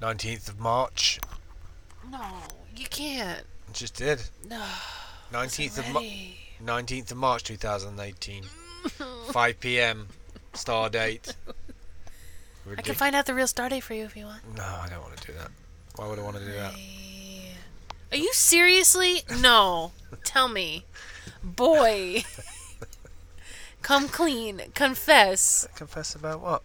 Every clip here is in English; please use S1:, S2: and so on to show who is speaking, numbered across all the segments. S1: 19th of March.
S2: No, you can't.
S1: I just did.
S2: No.
S1: 19th of, Ma-
S2: Ready.
S1: 19th of March 2018. 5 p.m. Star date.
S2: I can
S1: Ridic-
S2: find out the real star date for you if you want.
S1: no, I don't want to do that. Why would I want to do that?
S2: Are you seriously? No. Tell me. Boy. Come clean. Confess
S1: Confess about what?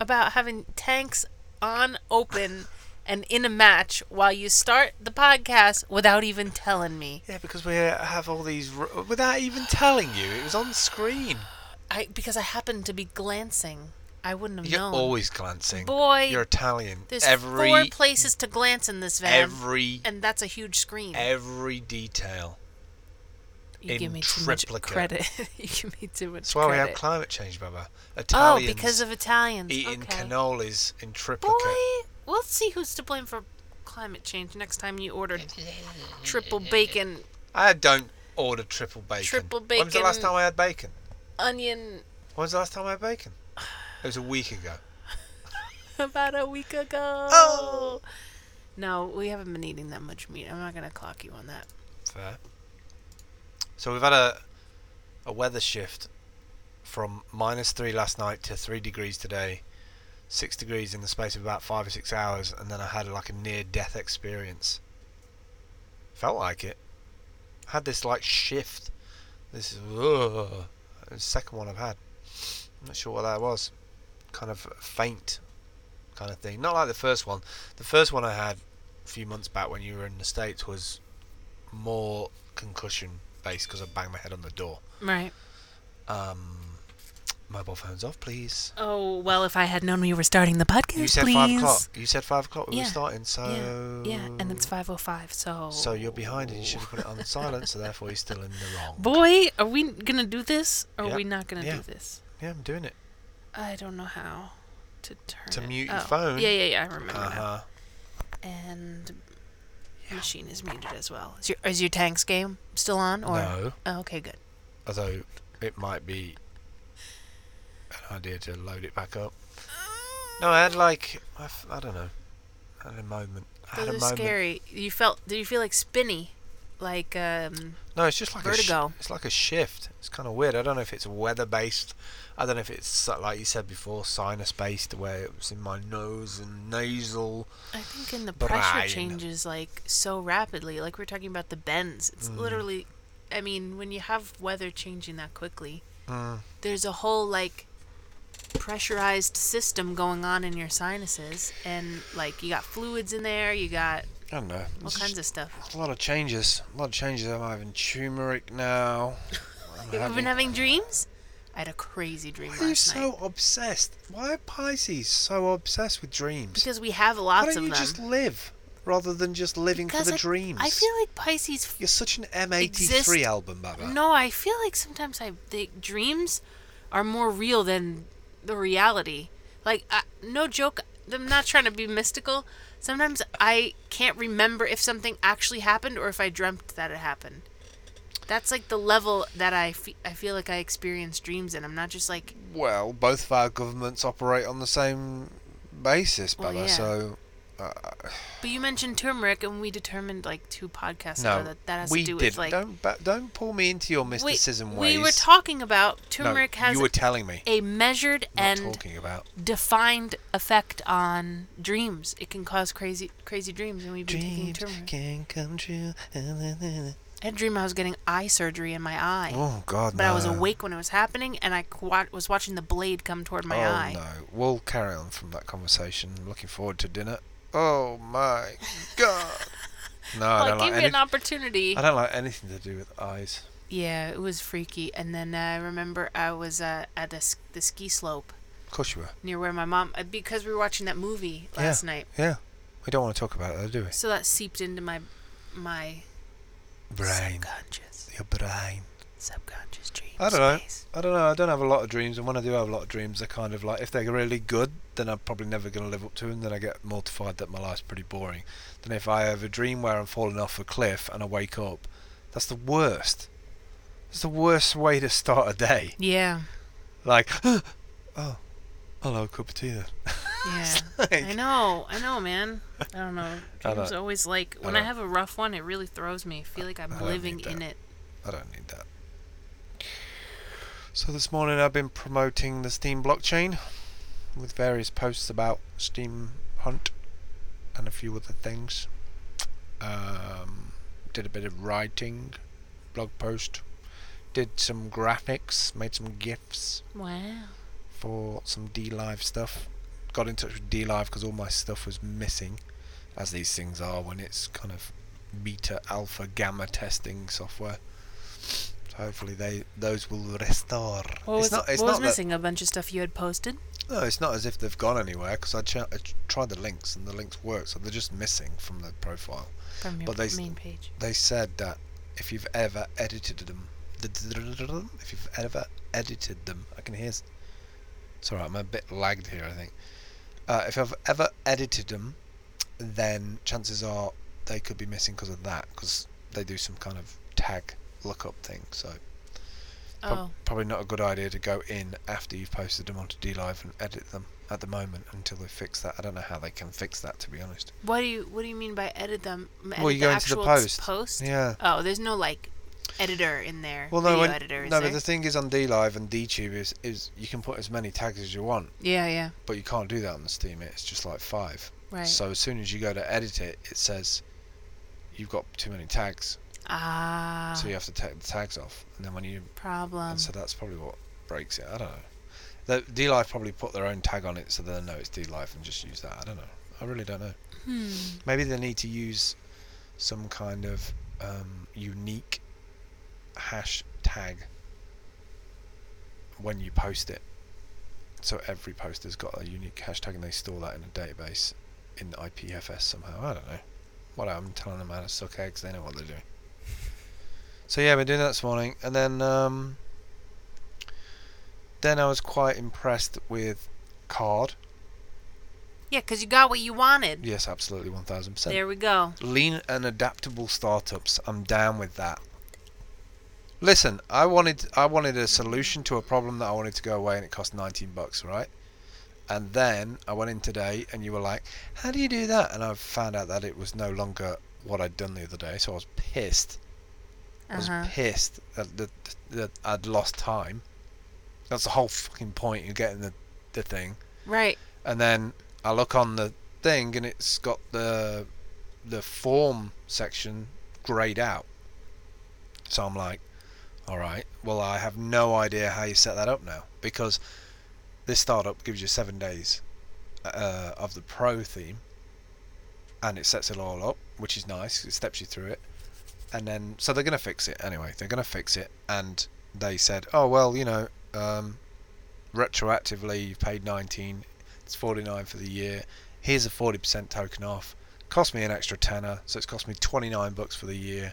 S2: about having tanks on open and in a match while you start the podcast without even telling me.
S1: Yeah, because we uh, have all these r- without even telling you. It was on screen.
S2: I because I happened to be glancing. I wouldn't have
S1: You're
S2: known.
S1: always glancing.
S2: Boy,
S1: You're Italian.
S2: There's
S1: every
S2: four places to glance in this van.
S1: every
S2: and that's a huge screen.
S1: every detail.
S2: you
S1: in
S2: give me too
S1: triplicate.
S2: much credit. you give me too much
S1: That's why we have
S2: credit.
S1: climate change, Baba.
S2: oh,
S1: Italians
S2: because of Italians.
S1: eating
S2: okay.
S1: cannolis in
S2: Boy,
S1: triplicate.
S2: we'll see who's to blame for climate change next time you order triple bacon,
S1: I don't order triple bacon.
S2: Triple
S1: When was the last
S2: bacon.
S1: time I had bacon?
S2: onion
S1: When was the last time I had bacon? It was a week ago.
S2: about a week ago.
S1: Oh.
S2: No, we haven't been eating that much meat. I'm not gonna clock you on that.
S1: Fair. So we've had a a weather shift from minus three last night to three degrees today, six degrees in the space of about five or six hours, and then I had like a near death experience. Felt like it. Had this like shift. This is ugh, It was the second one I've had. I'm not sure what that was. Kind of faint, kind of thing. Not like the first one. The first one I had a few months back when you were in the states was more concussion based because I banged my head on the door.
S2: Right.
S1: Um, mobile phones off, please.
S2: Oh well, if I had known we were starting the podcast,
S1: You said
S2: please.
S1: five o'clock. You said five o'clock. We
S2: Yeah,
S1: were starting, so
S2: Yeah, yeah, and it's 5:05, so.
S1: So you're behind, and you should have put it on silent. So therefore, you're still in the wrong.
S2: Boy, are we gonna do this? Or
S1: Yeah,
S2: are we not gonna
S1: yeah.
S2: do this?
S1: yeah, I'm doing it.
S2: I don't know how to turn.
S1: To
S2: it-
S1: mute your
S2: oh,
S1: phone.
S2: Yeah, yeah, yeah. I remember
S1: Uh huh.
S2: now. And machine is muted as well. Is your is your tanks game still on? Or
S1: No,
S2: oh, okay, good.
S1: although it might be an idea to load it back up. No, I had like I, f- I don't know. I had a moment. I
S2: Those
S1: had a
S2: are
S1: moment.
S2: scary. You felt? Did you feel like spinny? Like um,
S1: No, it's just like A
S2: Vertigo.
S1: sh- it's like a shift. It's kind of weird. I don't know if it's weather based. I don't know if it's uh, like you said before, sinus based, where it was in my nose and nasal.
S2: I think in the
S1: Brian.
S2: pressure changes like so rapidly. Like we're talking about the bends. It's
S1: Mm.
S2: literally, I mean, when you have weather changing that quickly,
S1: Mm.
S2: there's a whole like pressurized system going on in your sinuses and like you got fluids in there you got
S1: I don't know.
S2: all kinds of stuff
S1: a lot of changes. A lot of changes. I'm having turmeric now. I'm
S2: you've
S1: having-
S2: been having dreams i had a crazy dream
S1: Why are you
S2: last
S1: so
S2: night
S1: obsessed? Why are Pisces so obsessed with dreams?
S2: because we have
S1: Why
S2: lots
S1: don't
S2: of
S1: you
S2: them
S1: just live rather than just living
S2: because
S1: for the
S2: I,
S1: dreams?
S2: i feel like pisces f-
S1: you're such an M83
S2: Exist-
S1: album, Baba.
S2: no i feel like sometimes i the dreams are more real than the reality like I, no joke i'm not trying to be mystical sometimes i can't remember if something actually happened or if i dreamt that it happened that's like the level that I fe- I feel like I experience dreams in. I'm not just like
S1: Well, both of our governments operate on the same basis,
S2: Well,
S1: Baba.
S2: yeah.
S1: So uh,
S2: But you mentioned turmeric, and we determined like two podcasts
S1: no,
S2: ago that that has
S1: we
S2: to do
S1: didn't.
S2: with like.
S1: don't ba- don't pull me into your
S2: Wait,
S1: mysticism ways.
S2: we were talking about
S1: No,
S2: turmeric has
S1: You were telling me.
S2: a measured
S1: Not
S2: and
S1: talking about
S2: defined effect on dreams. It can cause crazy crazy dreams, and we've been taking turmeric.
S1: can come true.
S2: I had a dream I was getting eye surgery in my eye,
S1: Oh God,
S2: but I was
S1: no.
S2: awake when it was happening, and I qu- wa- was watching the blade come toward my
S1: oh
S2: eye.
S1: no, we'll carry on from that conversation. I'm looking forward to dinner. Oh my God. no, I
S2: Like,
S1: don't
S2: Oh,
S1: like
S2: give me an
S1: any- Uh,
S2: opportunity.
S1: I don't like anything to do with eyes.
S2: Yeah, it was freaky. And then uh, I remember I was uh, at a s the ski slope
S1: Of course you were.
S2: near where my mom, uh, because we were watching that movie
S1: Yeah.
S2: last night.
S1: Yeah. We don't want to talk about it, though, do
S2: So that seeped into my my
S1: we? Brain.
S2: subconscious,
S1: Your brain.
S2: subconscious dream
S1: I don't know.
S2: space.
S1: I don't know. I don't have a lot of dreams, and when I do have a lot of dreams, they're kind of like if they're really good, then I'm probably never going to live up to them. Then I get mortified that my life's pretty boring. Then if I have a dream where I'm falling off a cliff and I wake up, that's the worst. It's the worst way to start a day.
S2: Yeah,
S1: Like, oh, I'll have a cup of tea then.
S2: Yeah.
S1: Like-
S2: I know. I know, man. I don't know.
S1: I
S2: Dreams
S1: don't-
S2: always like when I,
S1: don't-
S2: have a rough one, it really throws me. I feel like I'm
S1: I don't
S2: living
S1: need
S2: in
S1: that.
S2: it.
S1: I don't need that. So this morning I've been promoting the Steam blockchain with various posts about Steam Hunt and a few other things. Um, did a bit of writing, blog post, did some graphics, made some gifs
S2: Wow.
S1: for some D Live stuff. Got in touch with D Live because all my stuff was missing, as these things are when it's kind of beta, alpha, gamma testing software. So hopefully they those will restore.
S2: What was,
S1: it's not. It's
S2: what
S1: not
S2: was
S1: that-
S2: missing? A bunch of stuff you had posted?
S1: no, it's not as if they've gone anywhere because I, ch- I ch- tried the links and the links work, so they're just missing from the profile.
S2: From your
S1: But they s-
S2: main page.
S1: They said that if you've ever edited them, if you've ever edited them, I can hear. s- It's alright, I'm a bit lagged here, I think. Uh, if I've ever edited them, then chances are they could be missing because of that, because they do some kind of tag lookup thing, so prob-
S2: Oh,
S1: probably not a good idea to go in after you've posted them onto DLive and edit them at the moment until they fix that. I don't know how they can fix that, to be honest.
S2: what do you what do you mean by edit them? edit
S1: you
S2: the
S1: go into the
S2: actual
S1: post.
S2: post?
S1: Yeah.
S2: Oh, there's no like editor in there.
S1: Well, no,
S2: video
S1: when-
S2: editor is
S1: no,
S2: there?
S1: but the thing is on DLive and DTube is, is you can put as many tags as you want,
S2: Yeah, yeah,
S1: but you can't do that on the Steam. It's just like five.
S2: right.
S1: So as soon as you go to edit it, it says you've got too many tags,
S2: ah, Um.
S1: so you have to take the tags off. And then when you
S2: problem.
S1: and so that's probably what breaks it. I don't know. The DLive probably put their own tag on it, so they know it's DLive and just use that. I don't know. I really don't know.
S2: Hmm.
S1: Maybe they need to use some kind of um, unique hashtag when you post it. So every poster's got a unique hashtag and they store that in a database in IPFS somehow. I don't know. What I'm telling them how to suck eggs, they know what they're doing. So yeah, been doing that this morning and then um, then I was quite impressed with Card.
S2: Yeah, 'cause you got what you wanted.
S1: Yes, absolutely one thousand percent.
S2: There we go.
S1: lean and adaptable startups. I'm down with that. Listen, I wanted I wanted a solution to a problem that I wanted to go away, and it cost 19 bucks, right? And then I went in today, and you were like, "How do you do that?" And I found out that it was no longer what I'd done the other day, so I was pissed. I
S2: Uh
S1: was
S2: huh.
S1: pissed that, that, that I'd lost time. That's the whole fucking point. You're getting the, the thing
S2: Right.
S1: and then I look on the thing and it's got the the form section grayed out. So I'm like, all right, well I have no idea how you set that up now because this startup gives you seven days uh, of the pro theme, and it sets it all up, which is nice. It steps you through it, and then so they're gonna fix it anyway. They're gonna fix it, and they said, oh well, you know, um, retroactively you paid 19, it's 49 for the year. Here's a 40% token off. Cost me an extra tenner, so it's cost me 29 bucks for the year.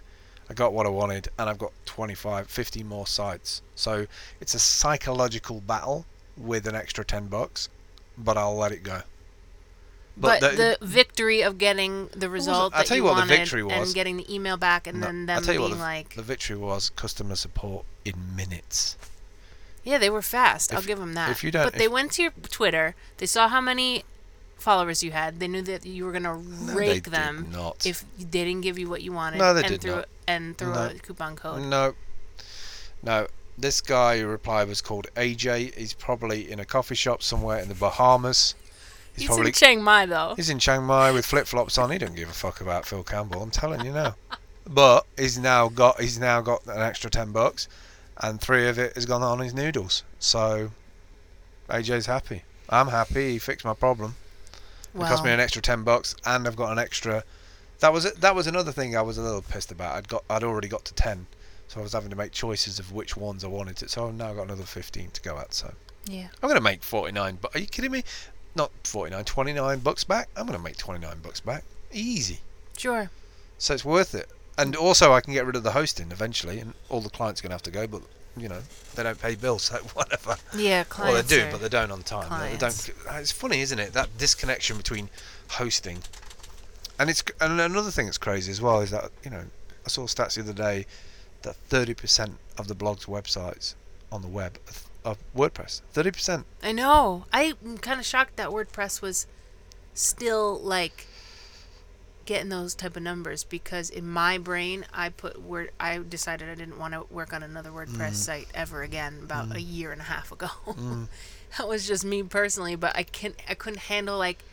S1: I got what I wanted, and I've got 25, 50 more sites. So it's a psychological battle with an extra 10 bucks, but I'll let it go.
S2: But,
S1: But
S2: the, victory of getting the result
S1: I'll
S2: that
S1: tell
S2: you
S1: you what the
S2: wanted
S1: victory was.
S2: and getting the email back and
S1: No,
S2: then
S1: I'll
S2: them
S1: tell you
S2: being
S1: what
S2: like,
S1: The victory was customer support in minutes.
S2: yeah, they were fast. I'll
S1: If-
S2: give them that.
S1: if you don't-
S2: but they went to your Twitter. They saw how many followers you had. They knew that you were gonna
S1: No, they
S2: rake
S1: did
S2: them
S1: not.
S2: if they didn't give you what you wanted.
S1: No, they
S2: and
S1: did
S2: threw
S1: not.
S2: And threw
S1: No. Mm,
S2: a coupon code.
S1: No. No. This guy who replied was called AJ. He's probably in a coffee shop somewhere in the Bahamas.
S2: He's in Chiang Mai though.
S1: He's in Chiang Mai with flip flops on. He don't give a fuck about Phil Campbell. I'm telling you now. But he's now got he's now got an extra ten bucks, and three of it has gone on his noodles. So AJ's happy. I'm happy. He fixed my problem. It cost me an extra ten bucks, and I've got an extra. That was that was another thing I was a little pissed about. I'd got I'd already got to ten, so I was having to make choices of which ones I wanted to. So I've now got another fifteen to go at. So
S2: yeah.
S1: I'm gonna make 49. But are you kidding me? Not 49, 29 bucks back. I'm gonna make 29 bucks back. Easy.
S2: Sure.
S1: So it's worth it. And also, I can get rid of the hosting eventually, and all the clients are gonna have to go. But you know, they don't pay bills, so whatever. Well,
S2: Yeah.
S1: they
S2: Clients
S1: do,
S2: are-
S1: but they don't on time. They- They
S2: clients.
S1: don't. It's funny, isn't it? That disconnection between hosting and it's and another thing that's crazy as well is that you know I saw stats the other day that 30% of the blog's websites on the web of WordPress. Thirty percent.
S2: I know. I'm kind of shocked that WordPress was still like getting those type of numbers because in my brain, I put word. I decided I didn't want to work on another WordPress site ever again about a year and a half ago. that was just me personally, but I can not I couldn't handle like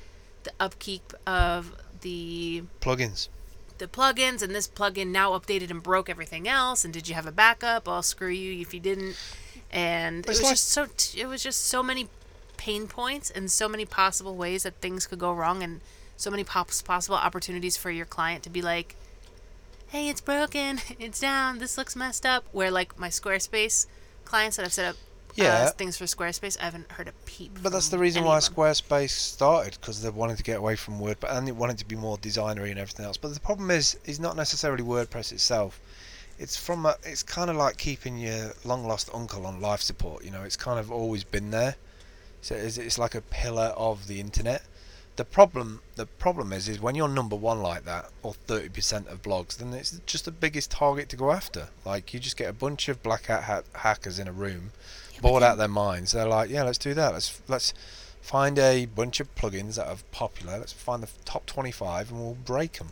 S2: the upkeep of the
S1: Plugins.
S2: the plugins and this plugin now updated and broke everything else and did you have a backup i'll screw you if you didn't and it
S1: It's
S2: was
S1: like-
S2: just so it was just so many pain points and so many possible ways that things could go wrong and so many pops possible opportunities for your client to be like hey it's broken it's down this looks messed up where like my squarespace clients that i've set up
S1: Yeah.
S2: uh, things for squarespace i haven't heard a peep
S1: But that's the
S2: from
S1: reason
S2: any
S1: why
S2: of them.
S1: Squarespace started because they wanted to get away from WordPress and they wanted to be more designery and everything else. But the problem is, is not necessarily WordPress itself. It's from a, it's kind of like keeping your long lost uncle on life support. You know, it's kind of always been there. So it's, it's like a pillar of the internet. The problem the problem is is when you're number one like that or 30% of blogs, then it's just the biggest target to go after. Like you just get a bunch of black hat ha- hackers in a room, bored out their minds. They're like, yeah, let's do that. Let's let's find a bunch of plugins that are popular. Let's find the f- top 25 and we'll break them.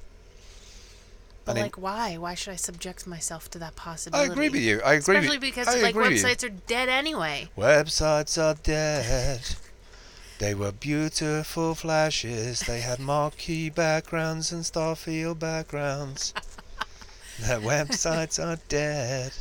S2: But
S1: And in-
S2: like, why? Why should I subject myself to that
S1: I
S2: possibility?
S1: agree with you. I agree.
S2: Especially
S1: with,
S2: because
S1: I
S2: like
S1: agree with you.
S2: websites are dead anyway.
S1: Websites are dead. They were beautiful flashes. They had marquee backgrounds and starfield backgrounds. Their websites are dead.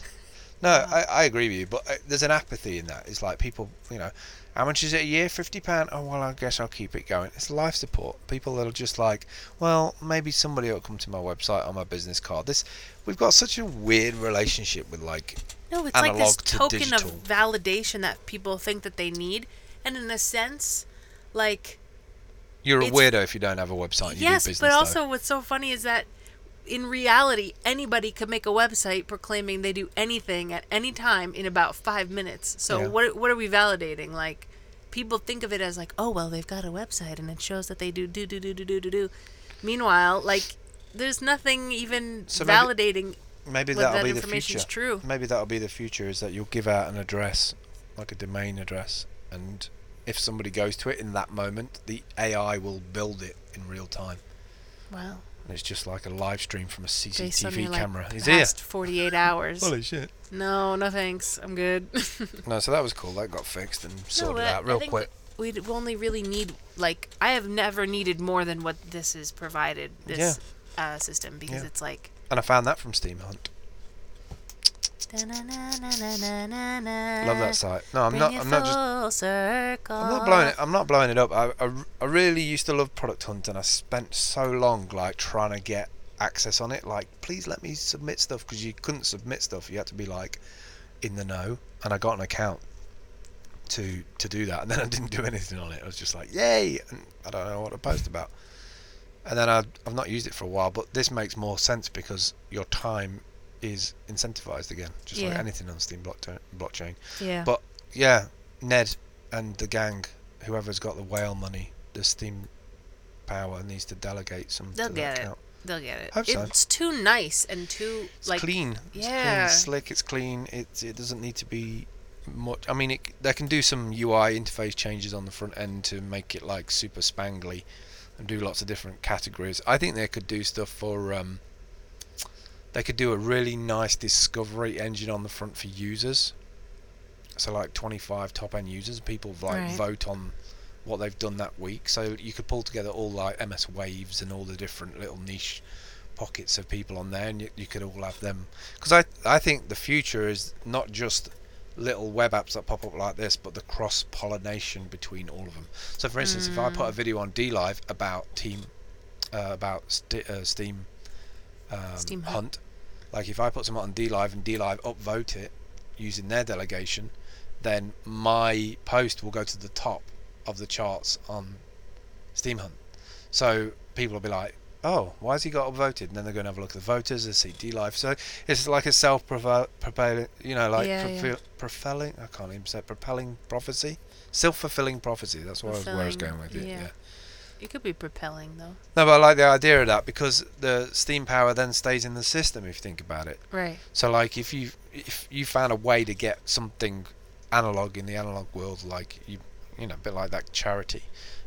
S1: No, I, I agree with you, but uh, there's an apathy in that. It's like people, you know, how much is it a year? Fifty pound. Oh well, I guess I'll keep it going. It's life support. People that are just like, well, maybe somebody will come to my website on my business card. This, we've got such a weird relationship with like
S2: No, it's like this
S1: Analog to
S2: token
S1: digital.
S2: of validation that people think that they need, and in a sense, like
S1: You're a
S2: It's-
S1: weirdo if you don't have a website. And
S2: yes,
S1: Oh, you do business,
S2: but
S1: though.
S2: also what's so funny is that in reality, anybody could make a website proclaiming they do anything at any time in about five minutes. So
S1: Yeah.
S2: what what are we validating? Like people think of it as like, oh well, they've got a website and it shows that they do do do do do do do do. Meanwhile, like there's nothing even
S1: So maybe-
S2: validating.
S1: maybe
S2: whether
S1: that'll
S2: that
S1: be the
S2: information's
S1: future.
S2: true.
S1: Maybe that'll be the future is that you'll give out an address, like a domain address, and if somebody goes to it in that moment, the AI will build it in real time.
S2: Wow.
S1: And it's just like a live stream from a
S2: Based on
S1: CCTV
S2: your, like,
S1: camera. He's here.
S2: past 48 hours.
S1: Holy shit.
S2: No, no thanks. I'm good.
S1: No, so that was cool. That got fixed and sorted
S2: but
S1: out
S2: I
S1: real
S2: think
S1: quick.
S2: We we only really need like I have never needed more than what this is provided this uh, system because
S1: Yeah.
S2: it's like
S1: And I found that from Steam Hunt. Love
S2: love
S1: that site. No, I'm
S2: Bring
S1: not
S2: it
S1: I'm not just
S2: full circle.
S1: I'm not blowing it. I'm not blowing it up. I, I, I really used to love Product Hunt, and I spent so long like trying to get access on it. Like, please let me submit stuff because you couldn't submit stuff. You had to be like in the know, and I got an account to to do that, and then I didn't do anything on it. I was just like, yay! And I don't know what to post about. And then I, I've not used it for a while, but this makes more sense because your time is incentivized again, just like
S2: Yeah.
S1: anything on Steam blockchain. blockchain.
S2: Yeah.
S1: But yeah, Ned and the gang, whoever's got the whale money, the steam power needs to delegate some.
S2: They'll
S1: to that
S2: get it.
S1: account.
S2: They'll get it.
S1: Hope so.
S2: It's too nice and too
S1: It's
S2: like
S1: clean. It's clean,
S2: yeah.
S1: it's slick. It's clean. It it doesn't need to be much. I mean, it, they can do some UI interface changes on the front end to make it like super spangly, and do lots of different categories. I think they could do stuff for. Um, they could do a really nice discovery engine on the front for users. So like 25 top end users, people like
S2: Right.
S1: vote on what they've done that week. So you could pull together all like MS Waves and all the different little niche pockets of people on there, and you, you could all have them. Because I I think the future is not just little web apps that pop up like this, but the cross pollination between all of them. So for instance, if I put a video on D Live about Team uh, about st- uh, Steam, um,
S2: Steam Hunt.
S1: Hunt. Like if I put something on D Live and D Live upvote it using their delegation, then my post will go to the top of the charts on Steam Hunt. So people will be like, "Oh, why has he got upvoted?" And then they're going to have a look at the voters. They see D Live. So it's like a self-propelling, you know, like
S2: Yeah, yeah.
S1: fulfill, propelling. I can't even say propelling prophecy. Self-fulfilling prophecy. That's what I was, where I was
S2: Fulfilling,
S1: going with it.
S2: yeah.
S1: yeah.
S2: it could be propelling though.
S1: No, but I like the idea of that because the steam power then stays in the system if you think about it.
S2: Right.
S1: So like if you if you found a way to get something analog in the analog world, like you, you know, a bit like that charity,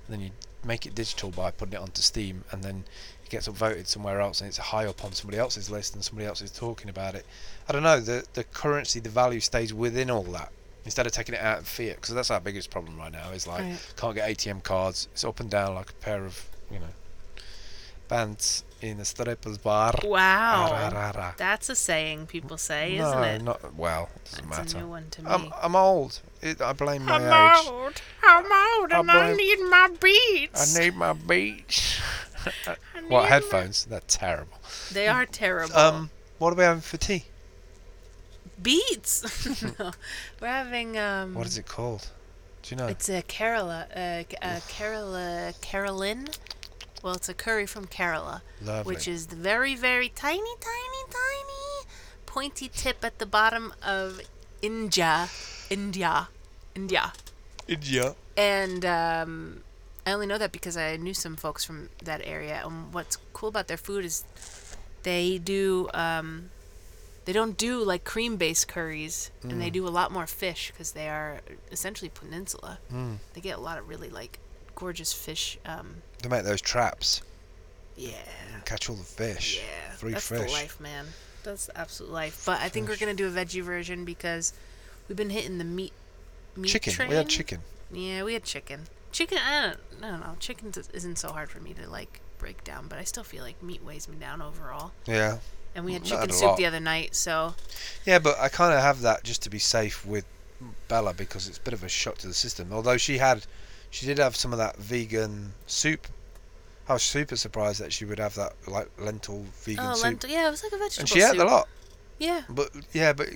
S1: and then you make it digital by putting it onto Steam, and then it gets upvoted somewhere else, and it's high up on somebody else's list, and somebody else is talking about it. I don't know. The the currency, the value stays within all that instead of taking it out of fiat, because that's our biggest problem right now. Is like
S2: Right.
S1: can't get ATM cards. It's up and down like a pair of you know pants in a stripper's bar. Ra,
S2: Wow.
S1: ra, ra.
S2: That's a saying people say,
S1: no,
S2: isn't it?
S1: not well. It doesn't
S2: That's a
S1: matter. Um,
S2: new one to me.
S1: I'm I'm old. It, I blame my
S2: I'm
S1: age.
S2: old. I'm old,
S1: I
S2: and I
S1: blame-
S2: need my beats.
S1: I need my beats.
S2: need
S1: what
S2: my-
S1: headphones? They're terrible.
S2: They are terrible.
S1: Um, what are we having for tea?
S2: beats. no, we're having. Um,
S1: What is it Oh. called? Do you know?
S2: It's a Kerala, uh, K- uh, Kerala, Carolyn. Well, it's a curry from Kerala,
S1: Lovely.
S2: which is the very, very tiny, tiny, tiny, pointy tip at the bottom of India, India, India.
S1: India.
S2: And um, I only know that because I knew some folks from that area. And what's cool about their food is they do um, they don't do like cream based curries, and
S1: Mm.
S2: they do a lot more fish because they are essentially peninsula.
S1: Mm.
S2: They get a lot of really like gorgeous fish. Um,
S1: They make those traps
S2: yeah,
S1: and catch all the fish.
S2: yeah,
S1: Free
S2: that's
S1: fish.
S2: the life, man. That's the absolute life. But I think we're gonna do a veggie version because we've been hitting the meat. meat
S1: Chicken.
S2: Train.
S1: We had chicken.
S2: Yeah, we had chicken. Chicken, I don't, I don't know. Chicken d- isn't so hard for me to like break down, but I still feel like meat weighs me down overall.
S1: Yeah.
S2: And we had
S1: Not
S2: chicken
S1: a
S2: soup
S1: lot.
S2: the other night, so
S1: Yeah, but I kind of have that just to be safe with Bella because it's a bit of a shock to the system. Although she had, she did have some of that vegan soup. I was super surprised that she would have that like lentil vegan
S2: oh,
S1: soup.
S2: lentil. Yeah, it was like a vegetable
S1: and she
S2: soup.
S1: ate a lot.
S2: Yeah,
S1: But yeah, but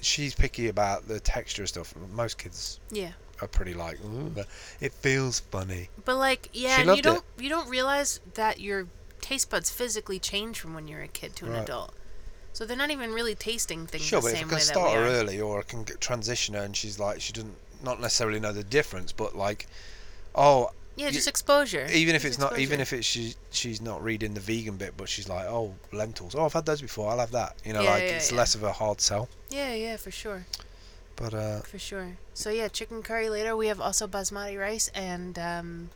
S1: she's picky about the texture of stuff. Most kids
S2: yeah.
S1: are pretty like, "Ooh, but it feels funny.
S2: But like, yeah,
S1: She
S2: and you
S1: loved
S2: don't you don't realize that your taste buds physically change from when you're a kid to an
S1: Right.
S2: adult. So they're not even really tasting things
S1: Sure,
S2: the
S1: but if I
S2: same
S1: can
S2: way that we
S1: start her
S2: are.
S1: early, or I can g- transition her, and she's like, she doesn't not necessarily know the difference, but like, oh,
S2: yeah,
S1: you-
S2: just exposure.
S1: even if
S2: Just
S1: it's not, even
S2: exposure.
S1: if it's she, she's not reading the vegan bit, but she's like, oh, lentils. Oh, I've had those before. I'll have that. You know,
S2: Yeah,
S1: like
S2: yeah,
S1: it's
S2: yeah.
S1: less of a hard sell.
S2: yeah, yeah, for sure,
S1: But uh,
S2: for sure. So yeah, chicken curry later. We have also basmati rice and um,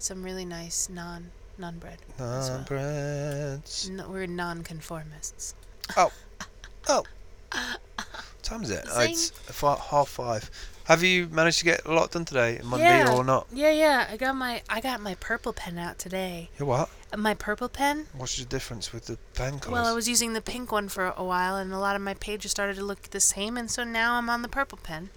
S2: some really nice naan naan bread. as well.
S1: naan breads.
S2: No, we're non-conformists.
S1: Oh, what time is it? Oh,
S2: Zing.
S1: it's fi- half five. Have you managed to get a lot done today, Monday
S2: Yeah.
S1: or not?
S2: Yeah, yeah. I got my I got my purple pen out today. Uh,
S1: You what?
S2: My purple pen.
S1: What's the difference with the pen colours?
S2: Well, I was using the pink one for a while, and a lot of my pages started to look the same, and so now I'm on the purple pen.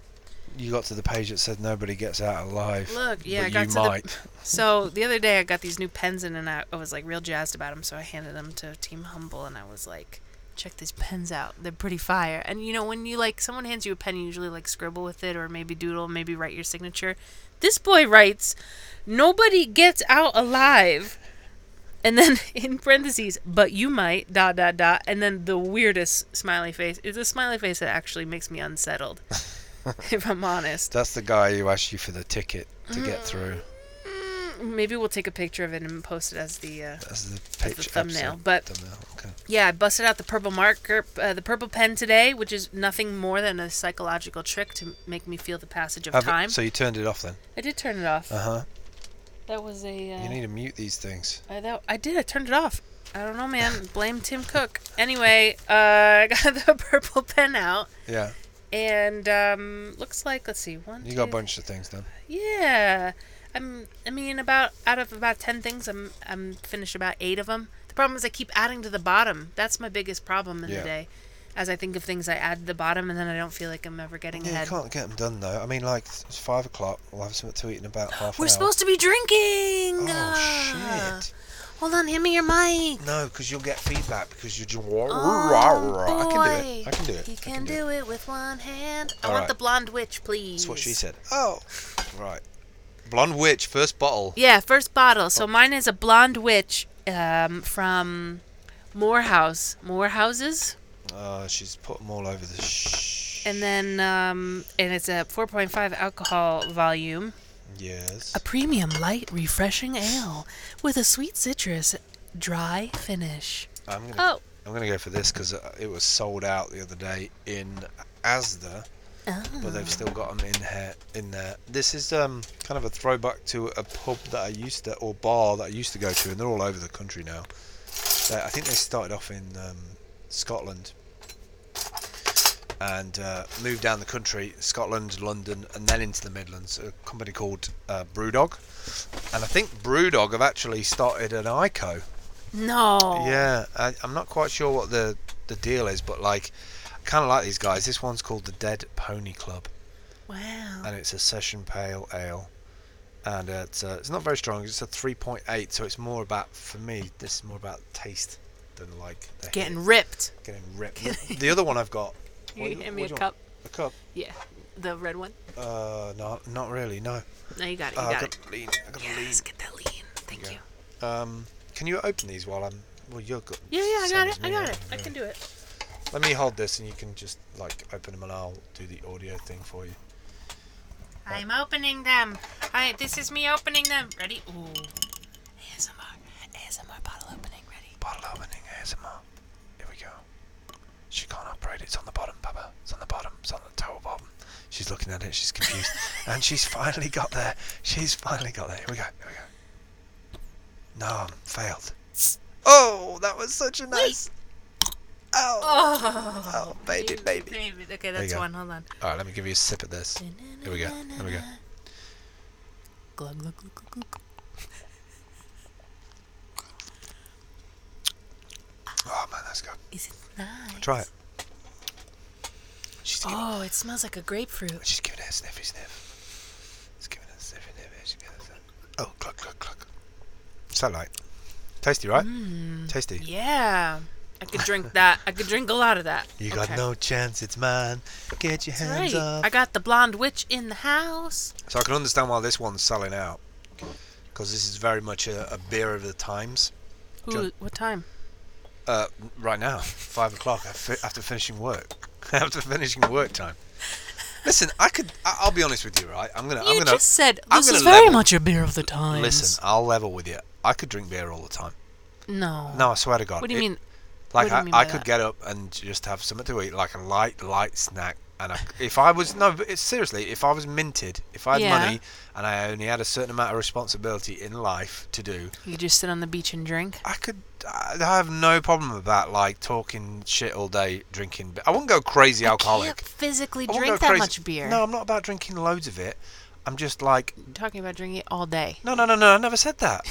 S1: You got to the page that said nobody gets out alive.
S2: Look, yeah,
S1: but
S2: I got
S1: you
S2: to the-
S1: might.
S2: So the other day I got these new pens in, and I, I was like real jazzed about them. So I handed them to Team Humble, and I was like, "Check these pens out. They're pretty fire." And you know, when you like someone hands you a pen, you usually like scribble with it, or maybe doodle, maybe write your signature. This boy writes, "Nobody gets out alive." And then in parentheses, but you might, dot, dot, dot. And then the weirdest smiley face. It's a smiley face that actually makes me unsettled, if I'm honest.
S1: That's the guy who asked you for the ticket to
S2: Ah.
S1: get through.
S2: Mm, Maybe we'll take a picture of it and post it as the. Uh,
S1: That's the picture.
S2: thumbnail, but-
S1: thumbnail. Okay.
S2: Yeah, I busted out the purple marker, uh, the purple pen today, which is nothing more than a psychological trick to make me feel the passage of
S1: Have it-
S2: time.
S1: so you turned it off then.
S2: I did turn it off.
S1: Uh huh.
S2: that was a. Uh,
S1: You need to mute these things.
S2: I, that, I did. I turned it off. I don't know, man. Blame Tim Cook. Anyway, uh, I got the purple pen out,
S1: Yeah.
S2: and um, looks like let's see, one.
S1: You got a
S2: two-
S1: bunch of things done.
S2: Yeah, I'm. I mean, about out of about ten things, I'm I'm finished about eight of them. The problem is I keep adding to the bottom. That's my biggest problem in
S1: Yeah.
S2: the day. As I think of things, I add to the bottom, and then I don't feel like I'm ever getting
S1: Yeah, you
S2: ahead.
S1: can't get them done though. I mean, like it's five o'clock. We'll have something to eat in about half an hour.
S2: We're supposed to be drinking.
S1: Oh
S2: Ah.
S1: shit!
S2: Hold on, hand me your mic.
S1: No, because you'll get feedback because you're just.
S2: Oh,
S1: I can do it.
S2: boy.
S1: I can do it.
S2: You
S1: I
S2: can do it with one hand. I
S1: All
S2: want
S1: right.
S2: the blonde witch, please.
S1: That's what she said. Oh, right. Blonde witch, first bottle.
S2: Yeah, first bottle.
S1: Oh.
S2: So mine is a blonde witch um, from Morehouse. Morehouses?
S1: Uh, she's put them all over the. Sh-
S2: And then, um, and it's a 4.5 alcohol volume.
S1: yes.
S2: A premium light, refreshing ale with a sweet citrus, dry finish.
S1: I'm gonna.
S2: Oh,
S1: uh, I'm gonna go for this because it was sold out the other day in ASDA.
S2: Oh.
S1: but they've still got them in here in there. This is um kind of a throwback to a pub that I used to or bar that I used to go to, and they're all over the country now. They, I think they started off in um, Scotland and uh, moved down the country, Scotland, London, and then into the Midlands. A company called uh, Brewdog, and I think Brewdog have actually started an ICO.
S2: No.
S1: Yeah, I, I'm not quite sure what the the deal is, but like, I kind of like these guys. This one's called the Dead Pony Club,
S2: Wow.
S1: and it's a session pale ale, and uh, it's uh, it's not very strong. It's a 3.8, so it's more about for me. This is more about taste than like the
S2: Getting ripped.
S1: hit- getting ripped. The- the other one I've got.
S2: Can
S1: What
S2: you
S1: do
S2: hand me
S1: what
S2: a
S1: do you
S2: cup?
S1: want? A cup?
S2: Yeah. The red one.
S1: Uh, no, not really. No.
S2: No, you got it. You
S1: Uh, I
S2: got
S1: got
S2: it.
S1: to lean. I got to lean.
S2: Yes, get that lean. Thank
S1: Yeah.
S2: you.
S1: Um, can you open these while I'm? Well, you're good.
S2: Yeah, yeah, I got
S1: same
S2: it.
S1: as
S2: I
S1: me,
S2: got
S1: aren't
S2: it.
S1: you?
S2: I
S1: Yeah.
S2: can do it.
S1: Let me hold this, and you can just like open them, and I'll do the audio thing for you.
S2: I'm opening them. I this is me opening them. Ready? Ooh. ASMR. ASMR bottle opening. Ready?
S1: Bottle opening ASMR. Here we go. She can't operate. It's on the bottom, Baba. It's on the bottom. It's on the toe bottom. She's looking at it. She's confused, and she's finally got there. She's finally got there. Here we go. Here we go. No, I'm failed. Oh, that was such a nice. Ow.
S2: Oh.
S1: Oh, baby, baby.
S2: Baby. Okay,
S1: you
S2: that's
S1: go.
S2: one. Hold on.
S1: All right, let me give you a sip of this. Here we go. Here we go.
S2: Glug glug glug glug. glug.
S1: Oh man, that's good.
S2: Is it nice?
S1: Try it. She's giving,
S2: Oh, it smells like a grapefruit.
S1: she's giving it a sniffy sniff. She's giving it a sniffy sniff. She's giving it a sniff. Oh, cluck, cluck, cluck. What's that like? Tasty, right?
S2: Mm.
S1: Tasty.
S2: Yeah. I could drink that. I could drink a lot of that.
S1: You got
S2: Okay.
S1: no chance, it's mine. Get your
S2: That's
S1: hands
S2: right.
S1: up.
S2: I got the blonde witch in the house.
S1: So I can understand why this one's selling out. Because this is very much a, a beer of the times.
S2: Who?
S1: Jump.
S2: What time?
S1: Uh, right now, five o'clock after, after finishing work. after finishing work time. Listen, I could. I, I'll be honest with you, right? I'm gonna. I'm
S2: you
S1: gonna.
S2: just said
S1: I'm
S2: this is
S1: gonna
S2: very
S1: level-
S2: much a beer of the times.
S1: Listen, I'll level with you. I could drink beer all the time.
S2: No.
S1: No, I swear to God.
S2: What do you
S1: It-
S2: mean?
S1: Like
S2: what do you
S1: I,
S2: mean
S1: I
S2: by
S1: could
S2: that?
S1: get up and just have something to eat, like a light, light snack. And I, if I was no, but it's, seriously, if I was minted, if I had
S2: Yeah.
S1: money and I only had a certain amount of responsibility in life to do,
S2: You could just sit on the beach and drink.
S1: I could. I I have no problem with that. Like talking shit all day, drinking. be- I wouldn't go crazy
S2: You can't
S1: alcoholic.
S2: physically
S1: I wouldn't
S2: drink
S1: go
S2: that
S1: crazy-
S2: much beer.
S1: No, I'm not about drinking loads of it. I'm just like
S2: I'm talking about drinking it all day.
S1: no, no, no, no. I never said that.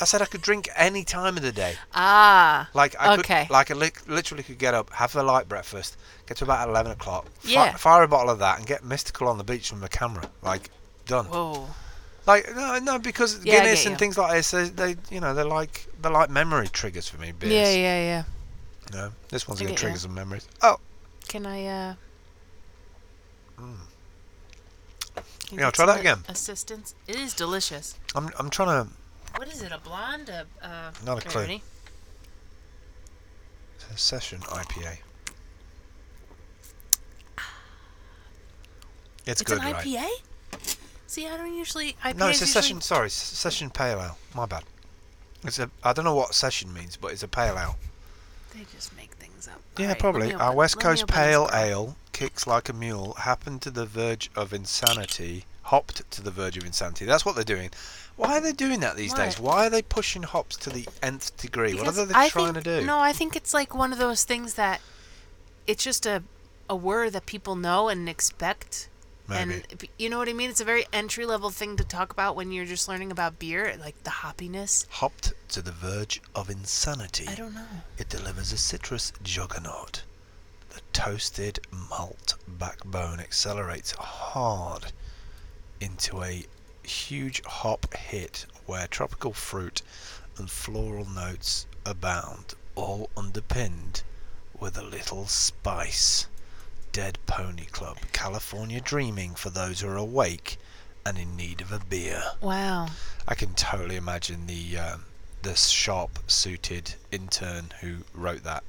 S1: I said I could drink any time of the day.
S2: Ah.
S1: Like I
S2: Okay.
S1: could, like I li- literally could get up, have a light breakfast, get to about eleven o'clock, fi-
S2: Yeah.
S1: fire a bottle of that, and get mystical on the beach with my camera. Like done.
S2: Whoa.
S1: Like no, no, because
S2: Yeah, I
S1: Guinness
S2: get
S1: and
S2: you.
S1: things like this, they, they, you know, they're like they're like memory triggers for me. Beers.
S2: Yeah, yeah, yeah.
S1: You know? this one's
S2: I
S1: gonna
S2: get
S1: trigger
S2: you.
S1: some memories. Oh,
S2: Can I? uh... can
S1: Hmm. Yeah,
S2: get
S1: try that
S2: some
S1: again.
S2: Assistance. It is delicious.
S1: I'm I'm trying to.
S2: What is it? A blonde? A uh,
S1: Not a
S2: okay,
S1: clue.
S2: ready?
S1: Session IPA. It's,
S2: It's,
S1: good,
S2: an
S1: right?
S2: IPA. See, I don't usually IPAs.
S1: No, it's a
S2: usually-
S1: session. Sorry, s- session pale ale. My bad. It's a. I don't know what session means, but it's a pale ale.
S2: They just make things up.
S1: Yeah,
S2: Alright, let
S1: probably.
S2: me
S1: Our
S2: open-
S1: West
S2: let me
S1: Coast
S2: open this
S1: Pale
S2: bottle.
S1: Ale kicks like a mule, happened to the verge of insanity, hopped to the verge of insanity. That's what they're doing. Why are they doing that these days? Why are they pushing hops to the nth degree? what are
S2: Because
S1: they
S2: I
S1: trying
S2: think-
S1: to do?
S2: No, I think it's like one of those things that it's just a a word that people know and expect.
S1: Maybe.
S2: And p- you know what I mean? It's a very entry level thing to talk about when you're just learning about beer, like the hoppiness.
S1: Hopped to the verge of insanity.
S2: I don't know.
S1: It delivers a citrus juggernaut. The toasted malt backbone accelerates hard into a huge hop hit where tropical fruit and floral notes abound, all underpinned with a little spice. Dead Pony Club, California dreaming for those who are awake and in need of a beer.
S2: Wow.
S1: I can totally imagine the um, the sharp suited intern who wrote that,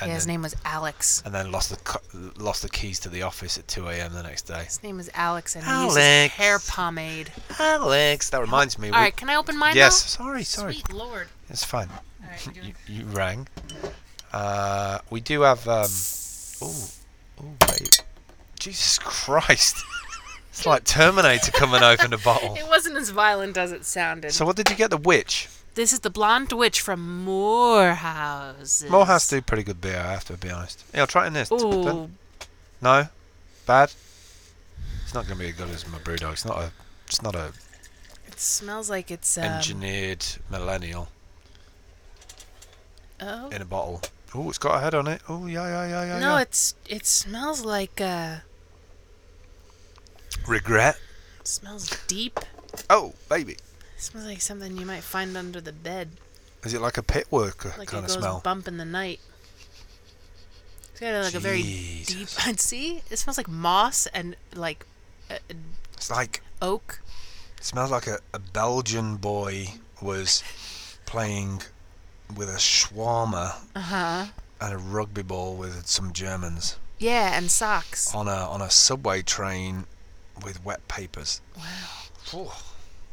S1: and
S2: yeah, his
S1: then,
S2: name was Alex.
S1: and then lost the co- lost the keys to the office at 2 a.m. the next day.
S2: His name is Alex, and he uses
S1: Alex.
S2: hair pomade.
S1: Alex, that reminds me.
S2: All right, can I open mine
S1: we,
S2: now?
S1: yes, sorry, sorry,
S2: Sweet lord.
S1: it's fine.
S2: All right, you
S1: You, you
S2: doing-
S1: rang. Uh, we do have um. Oh, oh wait. Jesus Christ. it's like Terminator coming open a bottle.
S2: It wasn't as violent as it sounded.
S1: So what did you get? The Witch?
S2: this is the blonde witch from Morehouse.
S1: Morehouse do pretty good beer, I have to be honest. Yeah, I'll try it in this.
S2: Ooh,
S1: No? Bad? It's not going to be as good as my Brewdog. It's not a... It's not a
S2: it smells like it's um,
S1: engineered millennial
S2: Oh
S1: in a bottle. Oh, it's got a head on it. Oh, yeah, yeah, yeah, yeah.
S2: no,
S1: yeah.
S2: it's it smells like uh,
S1: Regret?
S2: smells deep.
S1: Oh, baby.
S2: It smells like something you might find under the bed,
S1: Is it like a pit worker
S2: like
S1: kind
S2: it
S1: of
S2: goes
S1: smell?
S2: bump in the night. It's got like a very deep.
S1: Jesus.
S2: See, it smells like moss and like uh, uh,
S1: It's like
S2: oak.
S1: it smells like a, a Belgian boy was playing with a shawarma
S2: Uh
S1: Uh-huh.
S2: huh.
S1: and a rugby ball with some Germans
S2: Yeah, and socks.
S1: on a on a subway train with wet papers.
S2: Wow.
S1: Ooh,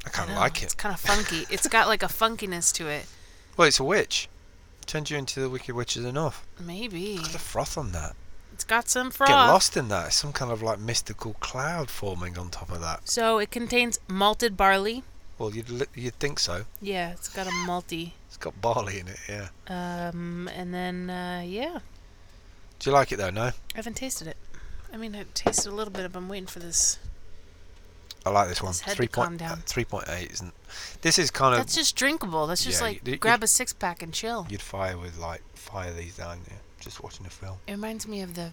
S1: I kind
S2: I
S1: of
S2: know,
S1: like
S2: It's
S1: it.
S2: kind of funky. it's got like a funkiness to it.
S1: Well, it's a witch. Turned you into the Wicked Witch is enough.
S2: Maybe
S1: Look at the froth on that.
S2: it's got some
S1: Get
S2: froth.
S1: lost in that. It's some kind of like mystical cloud forming on top of that.
S2: So it contains malted barley.
S1: Well, you'd li- you'd think so.
S2: Yeah, it's got a malty.
S1: It's got barley in it. Yeah.
S2: Um, and then uh, yeah,
S1: Do you like it though? No.
S2: I haven't tasted it. I mean, I tasted a little bit, but I'm waiting for this.
S1: I like this one.
S2: Just had to
S1: Three
S2: calm
S1: point uh,
S2: down.
S1: three point eight isn't. This is kind of
S2: That's just drinkable. That's just
S1: Uh, yeah,
S2: like
S1: you- you-
S2: grab a six pack and chill.
S1: you'd fire with like fire these down. Yeah, just watching a film.
S2: It reminds me of the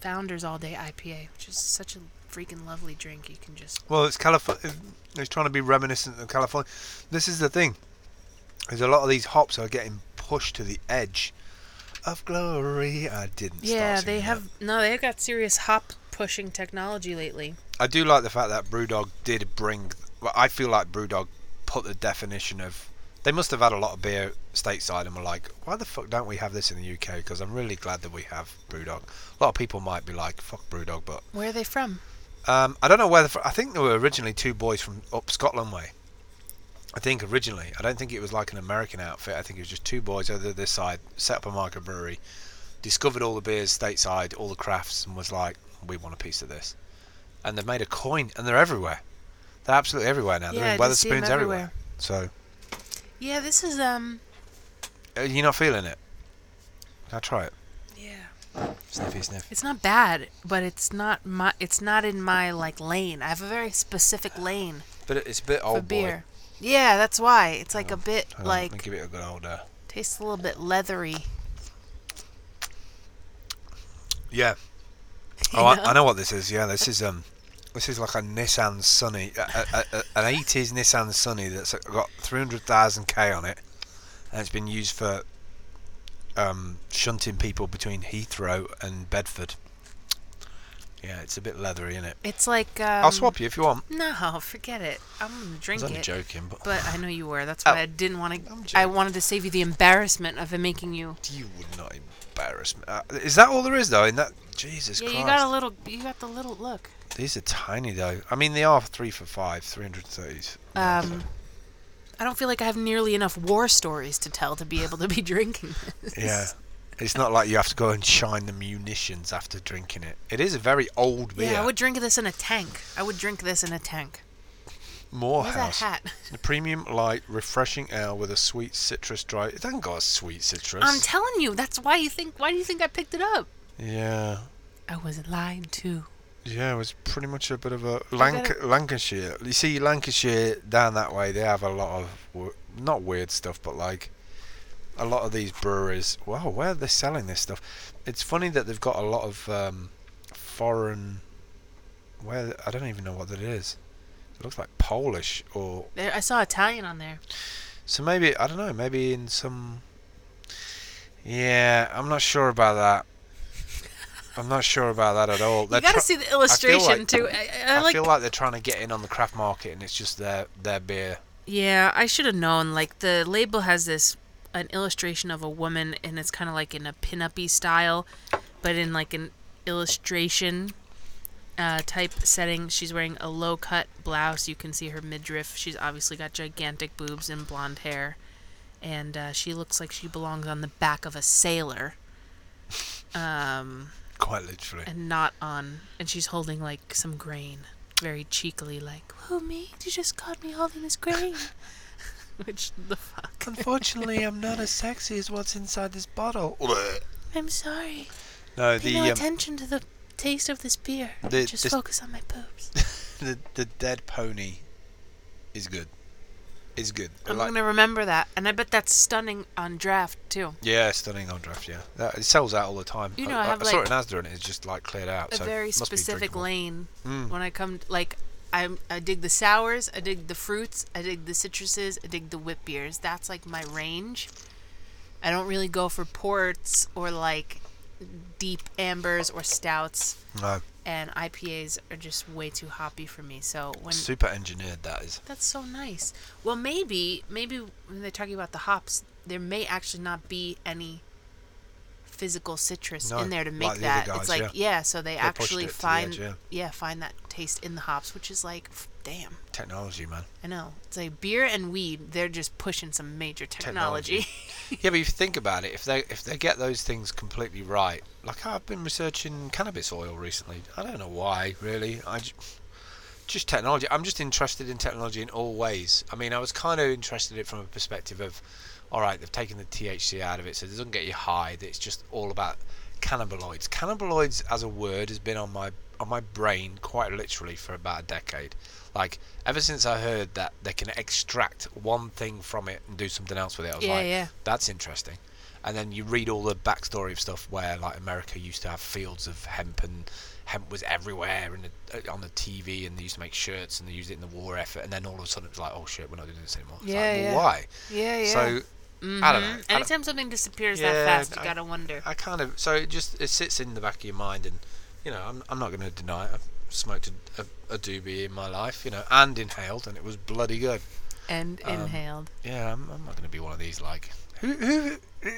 S2: Founders All Day IPA, which is such a freaking lovely drink. You can just
S1: Well, it's California. It's trying to be reminiscent of California. This is the thing. Is a lot of these hops are getting pushed to the edge of glory. I didn't. start
S2: yeah, they
S1: singing that.
S2: have no, they've got serious hop pushing technology lately.
S1: I do like the fact that BrewDog did bring. Well, I feel like BrewDog put the definition of. They must have had a lot of beer stateside and were like, "Why the fuck don't we have this in the UK?" Because I'm really glad that we have BrewDog. A lot of people might be like, "Fuck BrewDog," but
S2: Where are they from?
S1: um, I don't know whether. I think there were originally two boys from up Scotland way. I think originally. I don't think it was like an American outfit. I think it was just two boys over this side set up a microbrewery, discovered all the beers stateside, all the crafts, and was like, "We want a piece of this." And they've made a coin, and they're everywhere. They're absolutely everywhere now.
S2: Yeah,
S1: They're in
S2: I just see 'em
S1: Weatherspoons everywhere.
S2: everywhere.
S1: So
S2: Yeah, this is um.
S1: uh, you're not feeling it. Now try it.
S2: Yeah,
S1: Sniffy sniff.
S2: it's not bad, but it's not my. It's not in my like lane. I have a very specific lane
S1: But it- it's a bit old
S2: for
S1: Oh, boy.
S2: beer. Yeah, that's why it's like a
S1: on,
S2: bit
S1: Hang on, let me
S2: like
S1: give it a good old. Uh,
S2: tastes a little bit leathery.
S1: Yeah.
S2: You
S1: Oh,
S2: know?
S1: I, I know what this is. Yeah, this is um, this is like a Nissan Sunny, a, a, a, an '80s Nissan Sunny that's got 300,000 k on it, and it's been used for um, shunting people between Heathrow and Bedford. Yeah, it's a bit leathery, is it?
S2: It's like um,
S1: I'll swap you if you want.
S2: No, forget it. I'm gonna
S1: I was
S2: drink
S1: only
S2: it.
S1: joking, but
S2: But I know you were. That's
S1: Oh.
S2: why I didn't want
S1: I'm
S2: to. I
S1: joking.
S2: wanted to save you the embarrassment of it making you.
S1: you would not embarrass me. Uh, is that all there is though? In that Jesus
S2: yeah,
S1: Christ,
S2: you got a little. You got the little look.
S1: these are tiny though. I mean, they are three for five, 330s. Yeah, so-
S2: Um, I don't feel like I have nearly enough war stories to tell to be able to be drinking this.
S1: Yeah. It's not like you have to go and shine the munitions after drinking it. It is a very old beer.
S2: Yeah, I would drink this in a tank. I would drink this in a tank. Where's that
S1: Morehouse.
S2: hat?
S1: The premium light, refreshing ale with a sweet citrus dry. It hasn't got a sweet citrus.
S2: I'm telling you, that's why you think. Why do you think I picked it up?
S1: yeah.
S2: I was lying too.
S1: Yeah, it was pretty much a bit of a Lanc-
S2: gotta-
S1: Lancashire. You see, Lancashire down that way, they have a lot of w- not weird stuff, but like a lot of these breweries. Wow, where are they selling this stuff? It's funny that they've got a lot of um, foreign. Where I don't even know what that is. It looks like Polish or
S2: There, I saw Italian on there.
S1: so maybe I don't know. Maybe in some. Yeah, I'm not sure about that. I'm not sure about that at all. They're
S2: you got to
S1: try-
S2: see the
S1: feel like-
S2: illustration too. I, I,
S1: I,
S2: I like.
S1: feel like they're trying to get in on the craft market, and it's just their their beer.
S2: yeah, I should have known. Like the label has this an illustration of a woman, and it's kind of like in a pin-uppy style, but in like an illustration uh, type setting. She's wearing a low-cut blouse. You can see her midriff. She's obviously got gigantic boobs and blonde hair, and uh, she looks like she belongs on the back of a sailor. Um,
S1: Quite literally.
S2: and not on. And she's holding like some grain, very cheekily, like, "Who me? You just caught me holding this grain." Which the fuck?
S1: Unfortunately, I'm not as sexy as what's inside this bottle.
S2: I'm sorry.
S1: No,
S2: Pay
S1: the
S2: no
S1: um,
S2: attention to the taste of this beer.
S1: the-
S2: just
S1: this-
S2: focus on my boobs.
S1: the the dead pony is good. Is good. I
S2: I'm
S1: like-
S2: gonna remember that, and I bet that's stunning on draft too.
S1: Yeah, stunning on draft. Yeah, that, it sells out all the time.
S2: You know, I have,
S1: saw
S2: like,
S1: it in Asda and it's just like cleared out.
S2: a
S1: so
S2: very
S1: it must be
S2: specific
S1: drinkable.
S2: lane
S1: Mm.
S2: when I come like I'm I dig the sours, I dig the fruits, I dig the citruses, I dig the whip beers. That's like my range. I don't really go for ports or like deep ambers or stouts
S1: No,
S2: and IPAs are just way too hoppy for me. So when
S1: super engineered that is.
S2: that's so nice. Well, maybe maybe when they're talking about the hops, there may actually not be any physical citrus
S1: No,
S2: in there to
S1: like
S2: make
S1: the
S2: that.
S1: other
S2: it's
S1: guys,
S2: like yeah, so they,
S1: pushed
S2: actually
S1: it to the
S2: find
S1: edge, yeah.
S2: find that taste in the hops, which is like f- damn.
S1: Technology, man.
S2: I know. It's like beer and weed, they're just pushing some major technology.
S1: Technology. Yeah, but if you think about it, if they if they get those things completely right, like I've been researching cannabis oil recently. I don't know why, really. I j- just technology. I'm just interested in technology in all ways. I mean, I was kind of interested in it from a perspective of, all right, they've taken the THC out of it, so it doesn't get you high. It's just all about cannabinoids. Cannabinoids as a word has been on my on my brain quite literally for about a decade. Like ever since I heard that they can extract one thing from it and do something else with it, I was
S2: Yeah,
S1: like,
S2: yeah.
S1: that's interesting. And then you read all the backstory of stuff where, like, America used to have fields of hemp and hemp was everywhere and uh, on the TV and they used to make shirts and they used it in the war effort. And then all of a sudden it was like, oh shit, we're not doing this anymore. It's
S2: Yeah,
S1: like, well,
S2: yeah.
S1: why?
S2: yeah, Mm-hmm.
S1: So I don't know. I don't-
S2: Anytime something disappears
S1: Yeah,
S2: that fast, you
S1: I-
S2: gotta wonder.
S1: I kind of so it just it sits in the back of your mind, and you know I'm I'm not going to deny it. I've smoked a, a, a doobie in my life, you know, and inhaled, and it was bloody good.
S2: and
S1: um,
S2: inhaled.
S1: Yeah, I'm, I'm not going to be one of these like who, who who-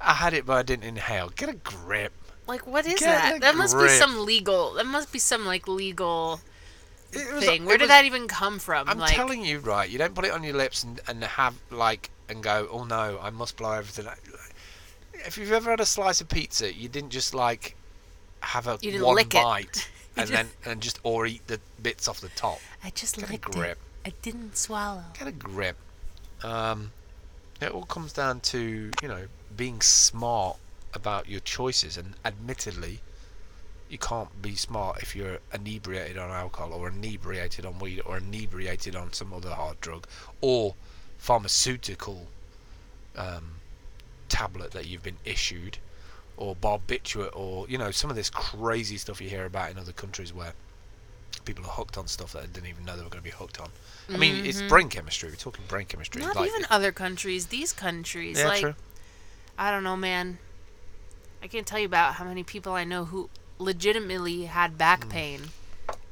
S1: I had it, but I didn't inhale. Get a grip.
S2: Like what is
S1: get
S2: that?
S1: a
S2: That must be
S1: grip.
S2: some legal. That must be some like legal
S1: It was-
S2: thing.
S1: it
S2: Where did
S1: was-
S2: that even come from?
S1: I'm
S2: like,
S1: telling you, right? You don't put it on your lips and, and have like and go, oh no, I must blow everything. out." If you've ever had a slice of pizza, you didn't just like have a
S2: You didn't
S1: one
S2: lick it.
S1: bite and then and just or eat the bits off the top.
S2: I just
S1: Get a
S2: licked
S1: grip.
S2: it. I didn't swallow.
S1: Get a grip. Um, it all comes down to you know being smart about your choices, and admittedly, you can't be smart if you're inebriated on alcohol or inebriated on weed or inebriated on some other hard drug or pharmaceutical um, tablet that you've been issued or barbiturate or you know some of this crazy stuff you hear about in other countries where people are hooked on stuff that they didn't even know they were going to be hooked on. I mean, it's brain chemistry. We're talking brain chemistry.
S2: Mm-hmm. Not
S1: like-
S2: even other countries. These countries,
S1: yeah,
S2: like
S1: true.
S2: I don't know, man. I can't tell you about how many people I know who legitimately had
S1: Mm.
S2: back pain,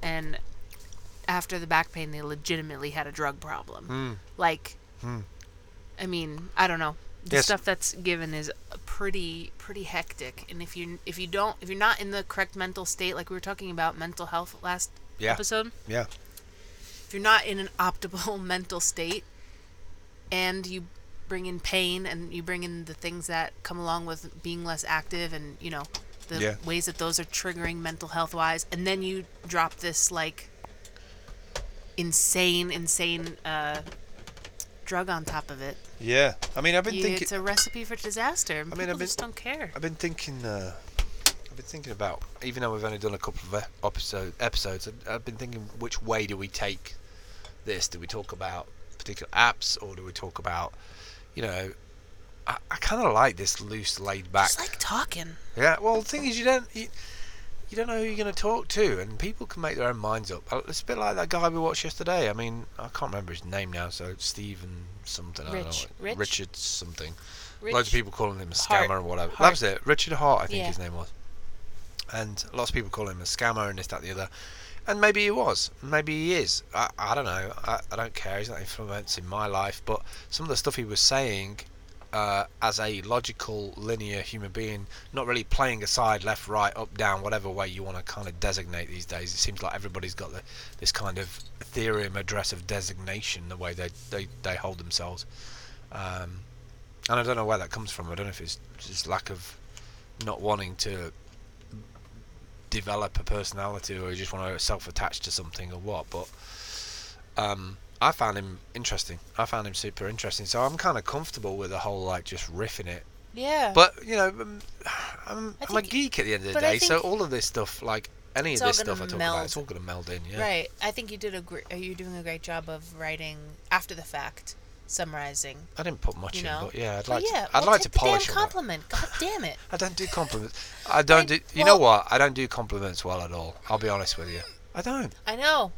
S2: and after the back pain, they legitimately had a drug problem.
S1: Mm.
S2: Like,
S1: Hmm.
S2: I mean, I don't know. The
S1: Yes.
S2: stuff that's given is pretty pretty hectic, and if you if you don't if you're not in the correct mental state, like we were talking about mental health last
S1: Yeah.
S2: episode,
S1: Yeah.
S2: if you're not in an optimal mental state, and you bring in pain and you bring in the things that come along with being less active and you know the
S1: Yeah.
S2: ways that those are triggering mental health wise, and then you drop this like insane insane uh, drug on top of it.
S1: Yeah. I mean, I've been
S2: You-
S1: thinking.
S2: it's a recipe for disaster.
S1: I've
S2: People
S1: been-
S2: just don't care.
S1: I've been thinking. Uh, I've been thinking about even though we've only done a couple of e- episode, episodes. I've- I've been thinking which way do we take this? Do we talk about particular apps or do we talk about you know? I, I kind of like this loose, laid back.
S2: Just like talking.
S1: Yeah. Well, the thing is, you don't you, you don't know who you're going to talk to, and people can make their own minds up. Uh, It's a bit like that guy we watched yesterday. I mean, I can't remember his name now. So Stephen something. I don't know
S2: Rich-
S1: what-
S2: Rich?
S1: Richard something.
S2: Rich,
S1: Loads of people calling him a scammer
S2: Hart.
S1: and whatever.
S2: Hart.
S1: That was it. Richard Hart, I think
S2: Yeah.
S1: his name was. And lots of people call him a scammer and this, that, the other. And maybe he was. Maybe he is. I, I don't know. I, I don't care. He's not influencing my life. But some of the stuff he was saying, uh, as a logical, linear human being, not really playing aside left, right, up, down, whatever way you want to kind of designate these days. It seems like everybody's got the, this kind of theorem address of designation, the way they, they, they hold themselves. Um, and I don't know where that comes from. I don't know if it's just lack of not wanting to develop a personality or you just want to self attach to something or what. But um, I found him interesting. I found him super interesting. So I'm kind of comfortable with the whole like just riffing it.
S2: Yeah.
S1: But you know, um, I'm,
S2: I
S1: I'm a
S2: think-
S1: geek at the end of the
S2: but I
S1: day, so
S2: think-
S1: all of this stuff, like any of
S2: It's all
S1: this
S2: gonna
S1: stuff I talk
S2: meld.
S1: about, it's all going to meld in. Yeah.
S3: Right. I think you did a gr- you're doing a great job of writing after the fact, summarizing.
S1: I didn't put much
S3: You
S1: in,
S3: know?
S1: but yeah, I'd
S3: But
S1: like
S3: yeah,
S1: to. I'd
S3: well,
S1: like
S3: take
S1: to
S3: the
S1: polish
S3: damn
S1: on it.
S3: compliment. God damn it.
S1: I don't do compliments. I don't do. You know what? I don't do compliments well at all. I'll be honest with you. I don't.
S3: I know.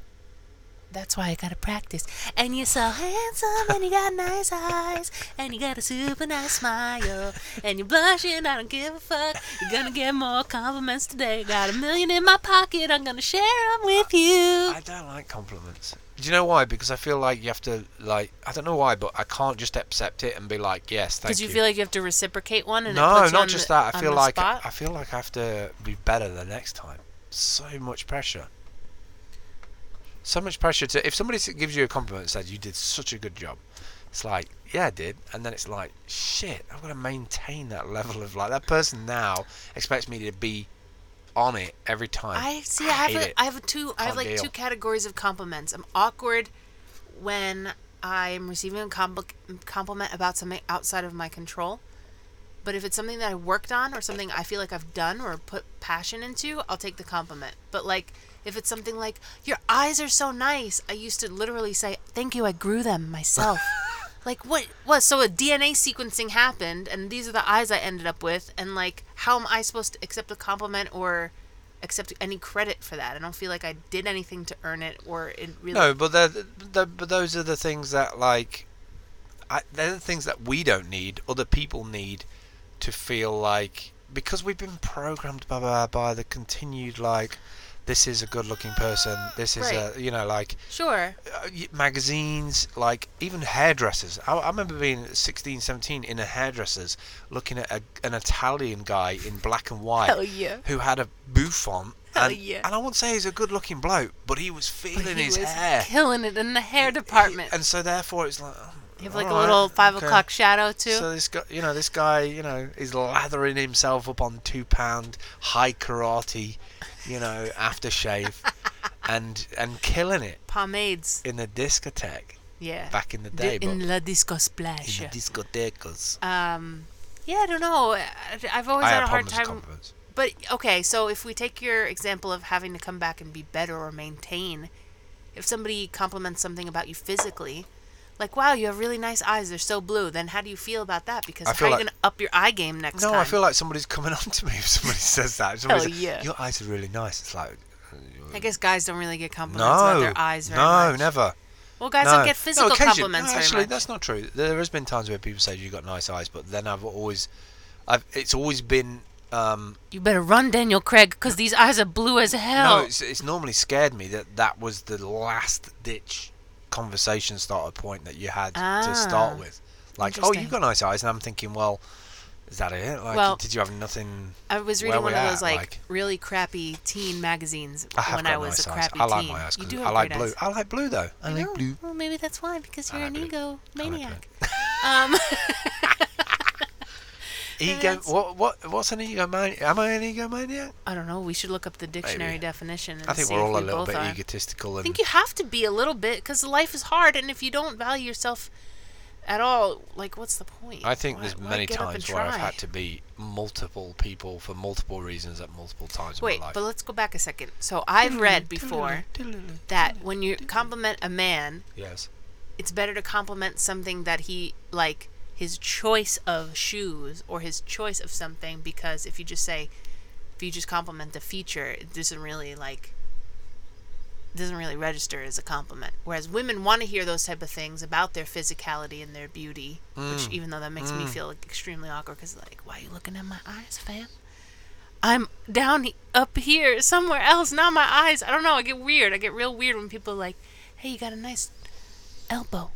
S3: That's why I gotta practice. And you're so handsome, and you got nice eyes, and you got a super nice smile, and you're blushing. I don't give a fuck. You're gonna get more compliments today. Got a million in my pocket. I'm gonna share them with you.
S1: I don't like compliments. Do you know why? Because I feel like you have to like. I don't know why, but I can't just accept it and be like, yes, thank
S2: Because you, feel like you have to reciprocate one, and it
S1: no,
S2: puts you
S1: not
S2: on
S1: just
S2: the-
S1: that. I
S2: on
S1: feel
S2: the
S1: like
S2: spot.
S1: I feel like I have to be better the next time. So much pressure. So much pressure to. If somebody s- gives you a compliment and says you did such a good job, it's like yeah, I did, and then it's like shit. I've got to maintain that level of like that person now expects me to be on it every time.
S2: I see. I have
S1: hate it.
S2: a, I have a two. I have
S1: Can't
S2: like
S1: deal.
S2: two categories of compliments. I'm awkward when I'm receiving a compli compliment about something outside of my control. But if it's something that I worked on or something I feel like I've done or put passion into, I'll take the compliment. But like if it's something like your eyes are so nice, I used to literally say thank you. I grew them myself. like what was so a DNA sequencing happened, and these are the eyes I ended up with, and like how am I supposed to accept a compliment or accept any credit for that? I don't feel like I did anything to earn it or it really.
S1: No, but they're, they but those are the things that like, I, they're the things that we don't need. Other people need to feel like because we've been programmed by by, by the continued like, this is a good-looking person. This is
S2: Right.
S1: a you know like
S2: Sure.
S1: uh, y- magazines, like even hairdressers. I, I remember being 16, 17 in a hairdresser's looking at a, an Italian guy in black and white
S2: Hell yeah.
S1: who had a bouffant.
S2: Hell
S1: and,
S2: yeah.
S1: and I won't say he's a good-looking bloke, but he was feeling
S2: he
S1: his
S2: was
S1: hair.
S2: killing it in the hair department.
S1: And so therefore, it's like
S2: You have like a
S1: alright,
S2: little five
S1: okay.
S2: o'clock shadow too.
S1: So this guy, you know, this guy, you know, is lathering himself up on two pound high karate, you know, aftershave, and and killing it
S2: Pomades.
S1: in the discotheque
S2: Yeah.
S1: back in the day,
S2: Di-
S1: but
S2: in La Disco
S1: in
S2: Splash.
S1: the discotecas.
S2: Um, yeah, I don't know. I, I've always
S1: I
S2: had
S1: have
S2: Oh, a hard
S1: problems with
S2: time.
S1: compliments.
S2: But okay, so if we take your example of having to come back and be better or maintain, if somebody compliments something about you physically, like wow, you have really nice eyes, they're so blue, then how do you feel about that? Because
S1: I
S2: how
S1: feel
S2: are you
S1: like-
S2: gonna up your eye game next
S1: No,
S2: time?
S1: I feel like somebody's coming on to me if somebody says that. If somebody
S2: Hell
S1: says,
S2: yeah.
S1: Your eyes are really nice. It's like. uh,
S2: I guess guys don't really get
S1: no,
S2: compliments about their eyes very
S1: no,
S2: much.
S1: never.
S2: Well, guys
S1: No.
S2: don't get physical
S1: occasion-
S2: compliments
S1: no,
S2: very
S1: actually,
S2: much.
S1: that's not true. There has been times where people say you've got nice eyes, but then I've always, I've it's always been. Um,
S2: You better run, Daniel Craig, because these eyes are blue as hell.
S1: No, it's, it's normally scared me that that was the last ditch conversation starter point that you had to
S2: Ah,
S1: start with. Like, oh,
S2: interesting.
S1: you've got nice eyes, and I'm thinking, well, is that it? Like,
S2: Well,
S1: did you have nothing?
S2: I was reading
S1: where
S2: one
S1: we
S2: of
S1: at,
S2: those like,
S1: like-
S2: really crappy teen magazines
S1: I have
S2: when
S1: got
S2: I was
S1: nice
S2: a
S1: eyes.
S2: crappy
S1: I like
S2: teen.
S1: my eyes.
S2: you
S1: 'cause
S2: do have
S1: I like
S2: great
S1: blue.
S2: eyes.
S1: I like blue though. I, like
S2: know.
S1: blue.
S2: Well, maybe that's why because
S1: I
S2: you're an
S1: like
S2: ego maniac. Um,
S1: Ego.
S2: that's-
S1: What? What? What's an egomaniac? Am I an egomaniac?
S2: I don't know. We should look up the dictionary
S1: Maybe.
S2: definition and
S1: I think
S2: see
S1: we're
S2: if
S1: all a
S2: we
S1: little
S2: both
S1: bit
S2: are.
S1: egotistical.
S2: I
S1: And
S2: think you have to be a little bit because life is hard, and if you don't value yourself at all, like what's the point?
S1: I think
S2: Why-
S1: there's
S2: why
S1: many
S2: get up and
S1: times where I've
S2: try?
S1: had to be multiple people for multiple reasons at multiple times
S2: Wait,
S1: in my life.
S2: but let's go back a second. So I've read before that when you compliment a man,
S1: Yes.
S2: it's better to compliment something that he like his choice of shoes or his choice of something because if you just say if you just compliment the feature it doesn't really like doesn't really register as a compliment whereas women want to hear those type of things about their physicality and their beauty which even though that makes
S1: Mm.
S2: me feel like, extremely awkward because like why are you looking at my eyes fam i'm down he- up here somewhere else not my eyes i don't know i get weird i get real weird when people are like hey you got a nice elbow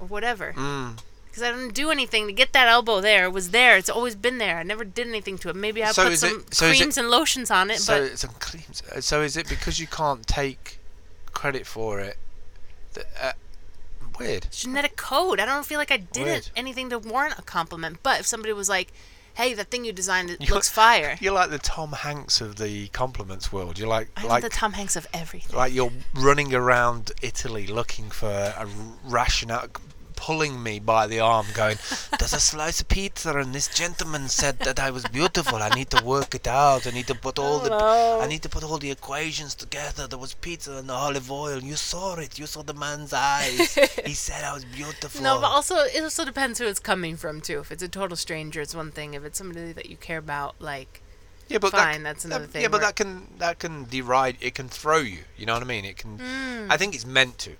S2: or whatever.
S1: Mm.
S2: Because I didn't do anything to get that elbow there. It was there. It's always been there. I never did anything to it. Maybe I
S1: So
S2: put
S1: is it-
S2: some
S1: so is it-
S2: creams and lotions on it,
S1: So
S2: but
S1: it's unclean. So is it because you can't take credit for it? that- uh, weird.
S2: it's genetic code. I don't feel like I did
S1: Weird.
S2: anything to warrant a compliment. But if somebody was like, hey, that thing you designed it
S1: You-
S2: looks fire.
S1: You're like the Tom Hanks of the compliments world. You're like
S2: I'm
S1: like
S2: the Tom Hanks of everything.
S1: like you're running around Italy looking for a rationale, pulling me by the arm, going, "There's a slice of pizza, and this gentleman said that I was beautiful. I need to work it out. I need to put all the, I need to put all the equations together. There was pizza and olive oil. You saw it. You saw the man's eyes. he said I was beautiful.
S2: No, but also it also depends who it's coming from too. If it's a total stranger, it's one thing. If it's somebody that you care about, like
S1: yeah, but uh,
S2: fine, that's another
S1: Yeah,
S2: thing
S1: but
S2: where-
S1: that can that can deride. It can throw you. You know what I mean? It can.
S2: Hmm.
S1: I think it's meant to.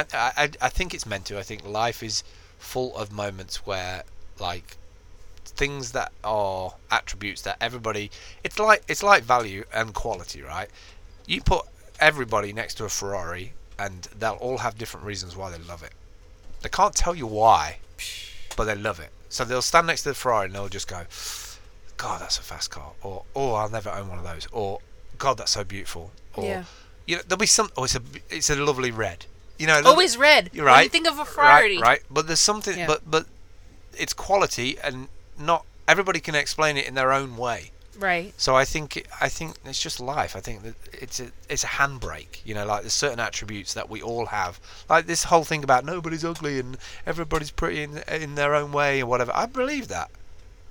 S1: I, I I- I think it's meant to. I think life is full of moments where like things that are attributes that everybody. It's like it's like value and quality, right? You put everybody next to a Ferrari, and they'll all have different reasons why they love it. They can't tell you why, but they love it. So they'll stand next to the Ferrari and they'll just go, God, that's a fast car, or Oh, I'll never own one of those, or God, that's so beautiful, or
S2: Yeah.
S1: you know, there'll be some. Oh, it's a it's a lovely red. You know, lo-
S2: always red.
S1: You're
S2: When
S1: right.
S2: you think of a
S1: right,
S2: Oh, Ferrari,
S1: right? But there's something,
S2: Yeah.
S1: but but it's quality, and not everybody can explain it in their own way.
S2: right?
S1: So I think it- I think it's just life. I think that it's a it's a handbrake. You know, like there's certain attributes that we all have. Like this whole thing about nobody's ugly and everybody's pretty in in their own way and whatever. I believe that.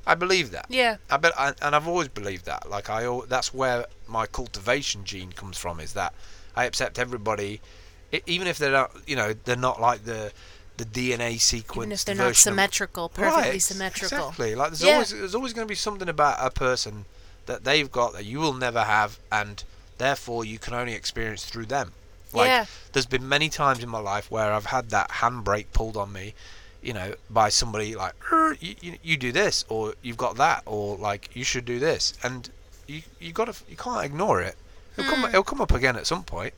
S1: I believe that.
S2: Yeah,
S1: I bet, I, and I've always believed that. Like I, al- that's where my cultivation gene comes from. Is that I accept everybody, e- even if they're not, you know, they're not like the the DNA sequence.
S2: even if they're not
S1: version of-
S2: symmetrical, perfectly
S1: Right,
S2: symmetrical.
S1: Exactly. Like there's
S2: Yeah.
S1: always there's always going to be something about a person that they've got that you will never have, and therefore you can only experience through them. Like
S2: Yeah.
S1: there's been many times in my life where I've had that handbrake pulled on me, you know, by somebody like "Er, you, you, you do this or you've got that or like you should do this, and you you got to you can't ignore it. It'll
S2: Mm.
S1: come it'll come up again at some point.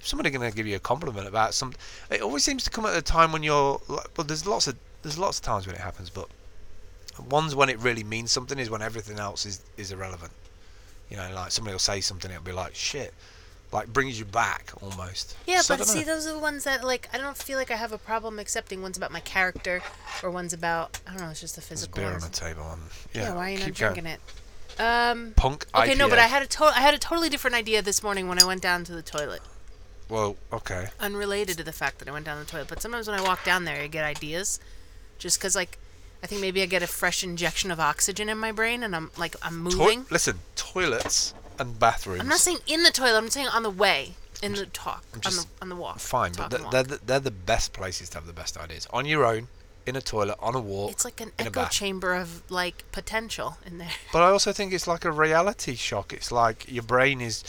S1: If somebody's going to give you a compliment about something, it always seems to come at a time when you're. like- Well, there's lots of there's lots of times when it happens, but one's when it really means something is when everything else is is irrelevant. You know, like somebody will say something, it'll be like shit, like brings you back almost.
S2: Yeah,
S1: So I
S2: but
S1: don't
S2: see,
S1: know.
S2: those are the ones that like I don't feel like I have a problem accepting. One's about my character, or one's about I don't know. It's just the
S1: There's
S2: physical.
S1: beer on
S2: ones.
S1: the table. and- yeah,
S2: Yeah, why are you not
S1: keep
S2: drinking
S1: going.
S2: it? Um.
S1: Punk
S2: Okay, no, but
S1: IPA.
S2: I had a to- I had a totally different idea this morning when I went down to the toilet.
S1: Well, okay.
S2: Unrelated to the fact that I went down the toilet, but sometimes when I walk down there, I get ideas, just 'cause like I think maybe I get a fresh injection of oxygen in my brain, and I'm like I'm moving.
S1: Toi- listen, toilets and bathrooms.
S2: I'm not saying in the toilet. I'm saying on the way, in the talk, on
S1: just-
S2: the on the walk.
S1: fine, but
S2: talk
S1: they're,
S2: and walk.
S1: they're, the, they're the best places to have the best ideas on your own, in a toilet, on a walk.
S2: it's like an
S1: in a
S2: echo
S1: bath.
S2: chamber of like potential in there.
S1: But I also think it's like a reality shock. It's like your brain is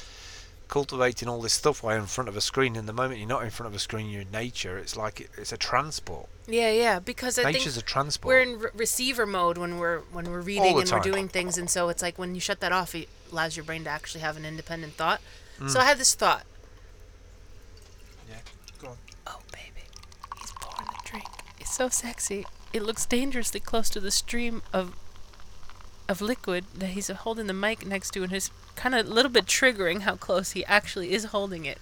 S1: cultivating all this stuff while you're in front of a screen. And the moment you're not in front of a screen, you're in nature. It's like it, it's a transport.
S2: Yeah, yeah, because I
S1: Nature's a
S2: think
S1: transport.
S2: we're in re- receiver mode when we're when we're reading
S1: the
S2: and we're
S1: time.
S2: doing things, and so it's like when you shut that off, it allows your brain to actually have an independent thought.
S1: Mm.
S2: So I had this thought.
S1: yeah. Go on.
S2: Oh baby, he's pouring the drink. It's so sexy. It looks dangerously close to the stream of of liquid that he's holding the mic next to, and it's kind of a little bit triggering how close he actually is holding it.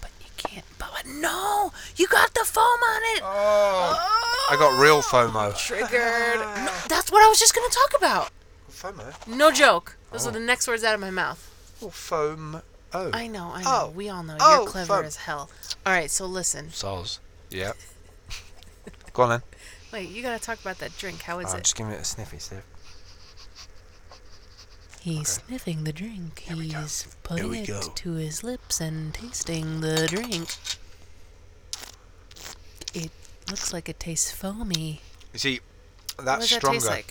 S2: But you can't. But no, you got the foam on it.
S1: Oh, I got real FOMO.
S2: Triggered. No, that's what I was just gonna talk about.
S1: FOMO?
S2: No joke. Those are the next words out of my mouth.
S1: Oh, foam. Oh.
S2: I know, I know.
S1: Oh.
S2: We all know.
S1: Oh,
S2: You're clever
S1: fuck.
S2: as hell. All right, so listen.
S1: Soz. Yeah. Go on then.
S2: Wait, you gotta talk about that drink. How is
S1: I'm
S2: it?
S1: just giving it a sniffy sniff.
S3: He's sniffing the drink. He's
S1: Here
S3: putting
S1: we
S3: it
S1: go.
S3: to his lips and tasting the drink. It looks like it tastes foamy.
S1: You see,
S2: What
S1: that's
S2: does
S1: Uh, stronger.
S2: that taste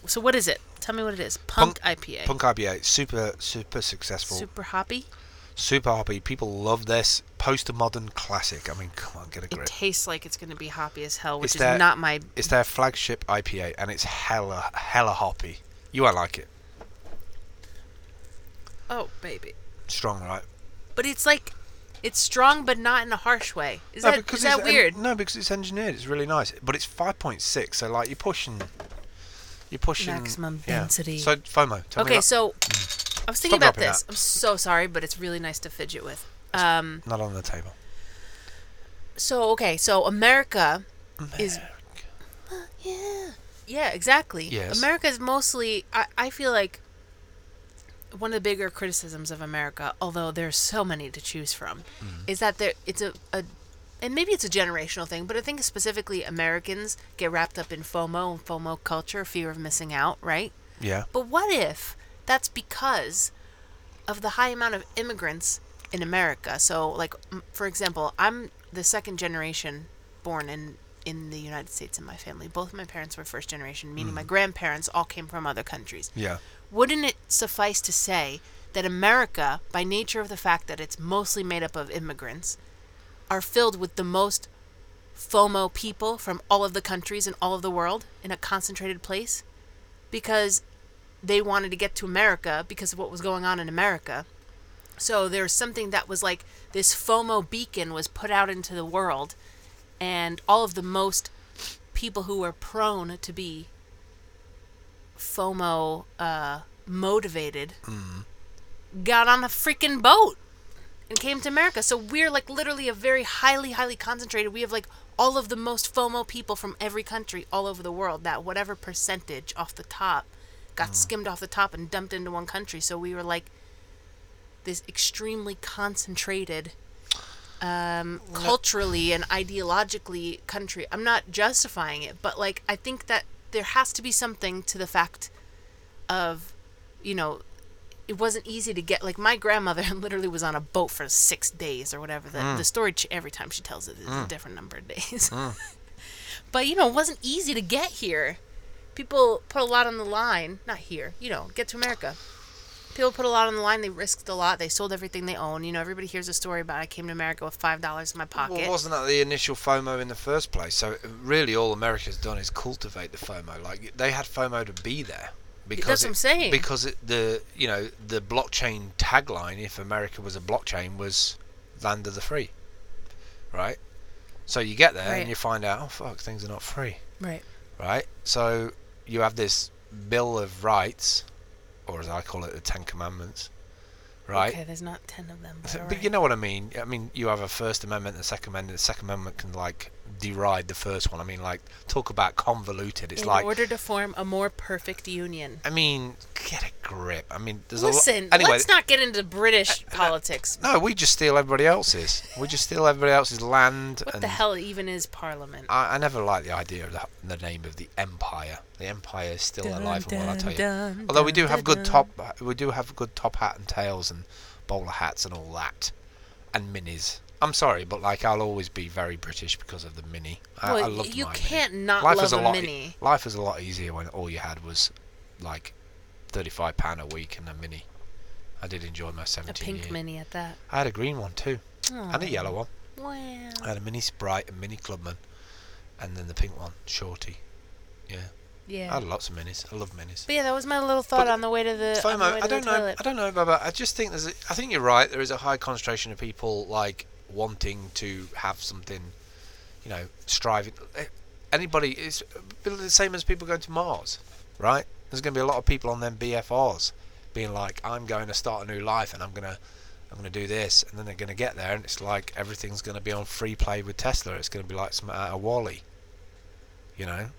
S2: like? So what is it? Tell me what it is. Punk, IPA.
S1: Punk IPA, super, super successful.
S2: Super hoppy.
S1: Super happy. People love this postmodern classic. I mean, come on, get a
S2: It
S1: grip.
S2: tastes like it's gonna be hoppy as hell, which
S1: It's
S2: is
S1: that-
S2: not my.
S1: It's their flagship IPA, and it's hella, hella hoppy. You won't like it.
S2: Oh baby.
S1: Strong, right?
S2: But it's like, it's strong, but not in a harsh way. Is that is that
S1: it's en-
S2: weird?
S1: no, because it's engineered. It's really nice, but it's 5.6, so like you're pushing, you're pushing
S3: Maximum
S1: yeah.
S3: density.
S1: So FOMO. Tell me
S2: okay,
S1: about- Mm.
S2: so I was thinking
S1: Stop
S2: about
S1: dropping
S2: this.
S1: that.
S2: I'm so sorry, but it's really nice to fidget with. Um,
S1: not on the table.
S2: so okay, so America, is
S1: America.
S3: Yeah.
S2: Yeah, exactly.
S1: Yes.
S2: America is mostly, I, I feel like, one of the bigger criticisms of America, although there's so many to choose from, is that there it's a, a, and maybe it's a generational thing, but I think specifically Americans get wrapped up in FOMO and FOMO culture, fear of missing out, right?
S1: Yeah.
S2: But what if that's because of the high amount of immigrants in America? So, like, m- for example, I'm the second generation born in in the United States in my family. Both my parents were first generation, meaning my grandparents all came from other countries.
S1: Yeah.
S2: Wouldn't it suffice to say that America, by nature of the fact that it's mostly made up of immigrants, are filled with the most FOMO people from all of the countries in all of the world in a concentrated place? Because they wanted to get to America because of what was going on in America. So there was something that was like this FOMO beacon was put out into the world, and all of the most people who were prone to be FOMO uh, motivated got on a freaking boat and came to America. So we're like literally a very highly, highly concentrated. We have like all of the most FOMO people from every country all over the world. That whatever percentage off the top got skimmed off the top and dumped into one country. So we were like this extremely concentrated um, culturally and ideologically country. I'm not justifying it, but like I think that there has to be something to the fact of, you know, it wasn't easy to get. Like my grandmother literally was on a boat for six days or whatever. The,
S1: Mm.
S2: the story ch- every time she tells it is a different number of days. but you know, it wasn't easy to get here. People put a lot on the line. Not here, you know, get to America people put a lot on the line. They risked a lot. They sold everything they own. You know, everybody hears a story about I came to America with five dollars in my pocket.
S1: Well, wasn't that the initial FOMO in the first place? So really, all America's done is cultivate the FOMO. Like they had FOMO to be there. Because
S2: That's what
S1: it-
S2: I'm saying.
S1: Because it, the you know the blockchain tagline, if America was a blockchain, was land of the free, right? So you get there
S2: Right.
S1: and you find out, oh fuck, things are not free,
S2: right.
S1: right? So you have this Bill of Rights, or as I call it, the Ten Commandments, right?
S2: Okay, there's not ten of them.
S1: So-
S2: But, all
S1: But
S2: right.
S1: you know what I mean. I mean, you have a First Amendment and a Second Amendment. The Second Amendment can like deride the first one. I mean, like talk about convoluted. It's
S2: in
S1: like
S2: order to form a more perfect union.
S1: I mean, get a grip. I mean, there's
S2: Listen,
S1: a lot. Anyway,
S2: let's not get into British politics.
S1: no, we just steal everybody else's. we just steal everybody else's land.
S2: What
S1: and
S2: the hell even is Parliament?
S1: I, I never liked the idea of the, the name of the empire. The empire is still alive and well. I tell you. Although we do have good top, uh, we do have good top hat and tails and bowler hats and all that, and minis. I'm sorry, but like I'll always be very British because of the mini. I,
S2: Well,
S1: uh, I loved
S2: you
S1: my
S2: can't
S1: mini.
S2: not
S1: life
S2: love
S1: was a,
S2: a
S1: lot, e-
S2: mini.
S1: Life was a lot easier when all you had was like thirty-five pound a week and a mini. I did enjoy my
S2: A
S1: seventeen.
S2: pink Oh.
S1: year.
S2: mini at that.
S1: I had a green one too, and a yellow one. Uh,
S2: Wow.
S1: I had a mini Sprite, a mini Clubman, and then the pink one, Shorty. Yeah, I
S2: Yeah.
S1: had lots of minis. I love minis.
S2: But yeah, that was my little thought
S1: But
S2: on the way to the. on the way
S1: FOMO.
S2: to
S1: I don't
S2: the
S1: know.
S2: Toilet.
S1: I don't know, Baba. I just think there's. A, I think you're right. There is a high concentration of people like wanting to have something, you know, striving. Eh, Anybody is the same as people going to Mars, right? There's going to be a lot of people on them BFRs being like, "I'm going to start a new life, and I'm gonna, I'm gonna do this," and then they're going to get there, and it's like everything's going to be on free play with Tesla. It's going to be like some out of Wally, you know.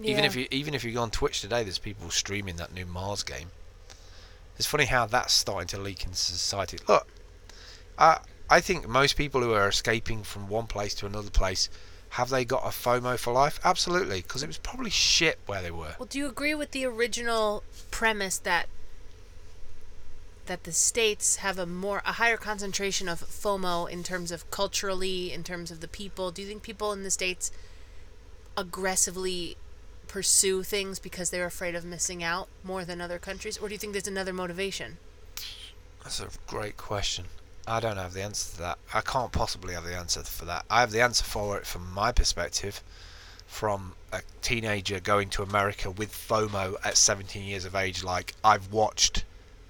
S1: Even
S2: Yeah.
S1: if you even if you go on Twitch today, there's people streaming that new Mars game. It's funny how that's starting to leak into society. Look, I I think most people who are escaping from one place to another place have they got a FOMO for life? Absolutely, because it was probably shit where they were.
S2: Well, do you agree with the original premise that that the states have a more a higher concentration of FOMO in terms of culturally, in terms of the people? Do you think people in the states aggressively pursue things because they're afraid of missing out more than other countries, or do you think there's another motivation?
S1: That's a great question. I don't have the answer to that. I can't possibly have the answer for that. I have the answer for it from my perspective, from a teenager going to America with FOMO at 17 years of age. Like I've watched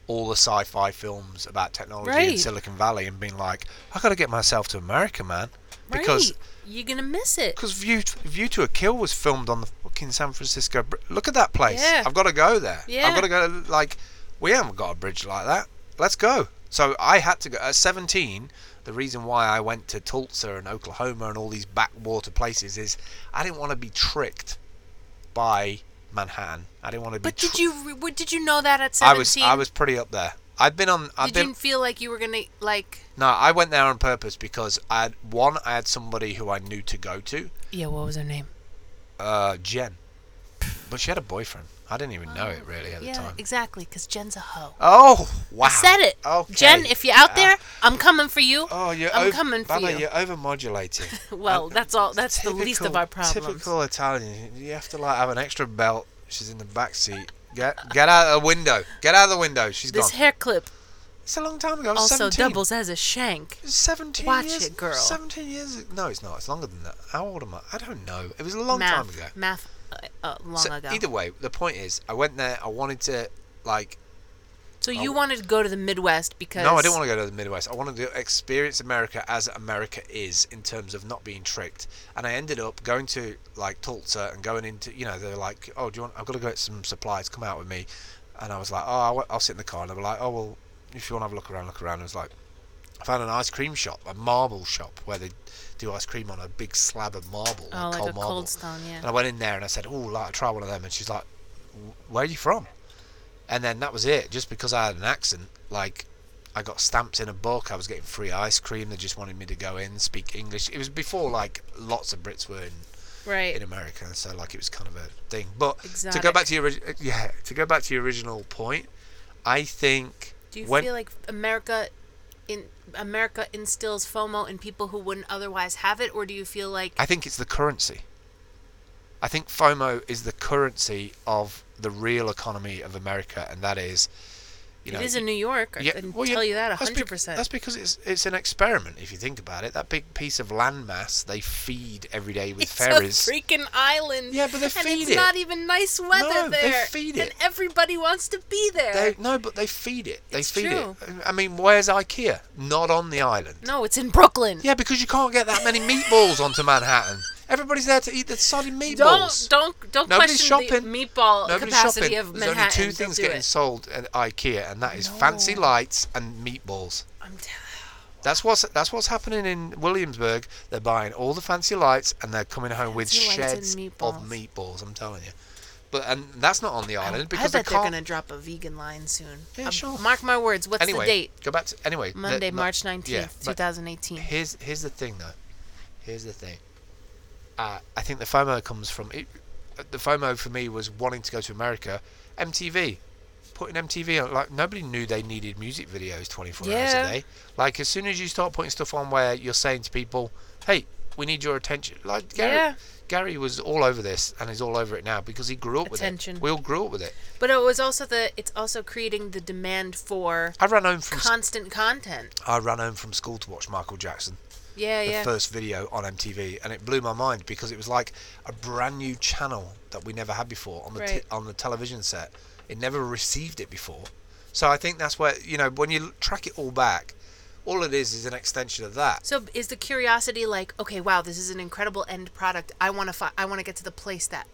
S1: all the sci-fi films about technology in
S2: Right.
S1: Silicon Valley and been like, I got to get myself to America, man, because
S2: right. you're gonna miss it.
S1: because View, View to a Kill was filmed on the fucking San Francisco. Bri- Look at that place.
S2: Yeah.
S1: I've got to go there. I've
S2: Yeah.
S1: got to go. Like, we haven't got a bridge like that. Let's go. So I had to go. At 17, the reason why I went to Tulsa and Oklahoma and all these backwater places is I didn't want to be tricked by Manhattan. I didn't want to be.
S2: But
S1: tr-
S2: did you re- what- did you know that at
S1: I was
S2: seventeen?
S1: I was pretty up there. I've been on. I've
S2: Did
S1: been
S2: you feel like you were gonna like?
S1: no. I went there on purpose because I had one. I had somebody who I knew to go to.
S2: Yeah. What was her name?
S1: Uh, Jen, but she had a boyfriend. I didn't even know it really at
S2: Oh, yeah,
S1: the time.
S2: exactly. Because Jen's a hoe.
S1: Oh wow!
S2: I said it.
S1: Okay. Uh,
S2: Jen, if you're out there, I'm coming for you.
S1: Oh, you're
S2: I'm
S1: ov-
S2: coming for
S1: Banner,
S2: you.
S1: You're overmodulating.
S2: well, that's all. That's the least of
S1: uh, Typical-
S2: our problems.
S1: Typical Italian. You have to like have an extra belt. She's in the back seat. Get get out of the window. Get out of the window. She's
S2: This
S1: gone.
S2: hair clip
S1: it's a long time ago. I was
S2: also
S1: 17.
S2: doubles as a shank.
S1: 17
S2: Watch
S1: years,
S2: it, girl.
S1: 17 years. No, it's not. It's longer than that. How old am I? I don't know. It was a long
S2: math,
S1: time ago.
S2: Math, uh, uh, long
S1: So
S2: ago.
S1: either way, the point is, I went there. I wanted to like.
S2: so you
S1: Oh.
S2: wanted to go to the Midwest because
S1: No, I didn't want to go to the Midwest. I wanted to experience America as America is in terms of not being tricked. And I ended up going to like Tulsa and going into, you know, they're like, oh, do you want? I've got to go get some supplies. Come out with me. And I was like, oh, I'll, I'll sit in the car. And they were like, oh, well, if you want to have a look around, look around. I was like, I found an ice cream shop, a marble shop where they do ice cream on a big slab of marble,
S2: Oh, like
S1: cold
S2: a
S1: marble.
S2: cold stone, yeah.
S1: And I went in there and I said, "Oh, like try one of them," and she's like, "Wh- "Where are you from?" And then that was it. Just because I had an accent, like I got stamps in a book. I was getting free ice cream. They just wanted me to go in, speak English. It was before like lots of Brits were in,
S2: right.
S1: in America, so like it was kind of a thing. But to go
S2: Exotic.
S1: back to your orig- yeah, to go back to your original point, I think
S2: Do you
S1: when
S2: feel like America in America instills FOMO in people who wouldn't otherwise have it, or do you feel like
S1: I think it's the currency. I think FOMO is the currency of the real economy of America, and that is, you know,
S2: it is in New York? I can
S1: well,
S2: tell you that
S1: that's bec-
S2: hundred percent.
S1: That's because it's it's an experiment. If you think about it, that big piece of landmass they feed every day with
S2: It's
S1: ferries.
S2: a freaking island.
S1: Yeah, but they
S2: and
S1: feed
S2: it's
S1: it.
S2: not even nice weather
S1: No, they
S2: there.
S1: feed
S2: And
S1: it.
S2: everybody wants to be there.
S1: they, no, but they feed it. They
S2: It's
S1: feed
S2: true.
S1: it. I mean, where's IKEA? Not on the island.
S2: no, it's in Brooklyn.
S1: Yeah, because you can't get that many meatballs onto Manhattan. Everybody's there to eat the sodding meatballs.
S2: Don't don't don't
S1: Nobody's
S2: question
S1: shopping.
S2: the meatball
S1: Nobody's
S2: capacity
S1: shopping.
S2: of
S1: There's
S2: Manhattan.
S1: only two
S2: Don't
S1: things
S2: do
S1: getting
S2: it.
S1: sold at IKEA, and that is fancy lights and meatballs.
S2: I'm t-
S1: That's what's that's what's happening in Williamsburg. They're buying all the fancy lights and they're coming home with
S2: Fancy lights and
S1: sheds
S2: meatballs. Oh,
S1: of meatballs. I'm telling you, but and that's not on the island because
S2: I bet
S1: they
S2: they're
S1: can't.
S2: going to drop a vegan line soon.
S1: Yeah,
S2: Uh,
S1: sure.
S2: Mark my words. What's
S1: anyway,
S2: the date?
S1: go back to anyway. the-
S2: Monday,
S1: no-
S2: March 19th,
S1: yeah, but
S2: 2018.
S1: Here's here's the thing though. Here's the thing. Uh, I think the FOMO comes from it, uh, the FOMO for me was wanting to go to America. MTV, putting MTV on like nobody knew they needed music videos 24 hours
S2: Yeah.
S1: a day. Like as soon as you start putting stuff on where you're saying to people, "Hey, we need your attention," like Gary.
S2: Yeah.
S1: Gary was all over this and he's all over it now because he grew up with
S2: Attention.
S1: it. We all grew up with it.
S2: But it was also the it's also creating the demand for
S1: I ran home from s-
S2: constant content.
S1: I ran home from school to watch Michael Jackson.
S2: Yeah,
S1: the
S2: yeah.
S1: first video on MTV, and it blew my mind because it was like a brand new channel that we never had before on the t-
S2: Right.
S1: on the television set. It never received it before, so I think that's where you know when you l- track it all back, all it is is an extension of that.
S2: So is the curiosity like, okay, wow, this is an incredible end product. I want to fi- I want to get to the place that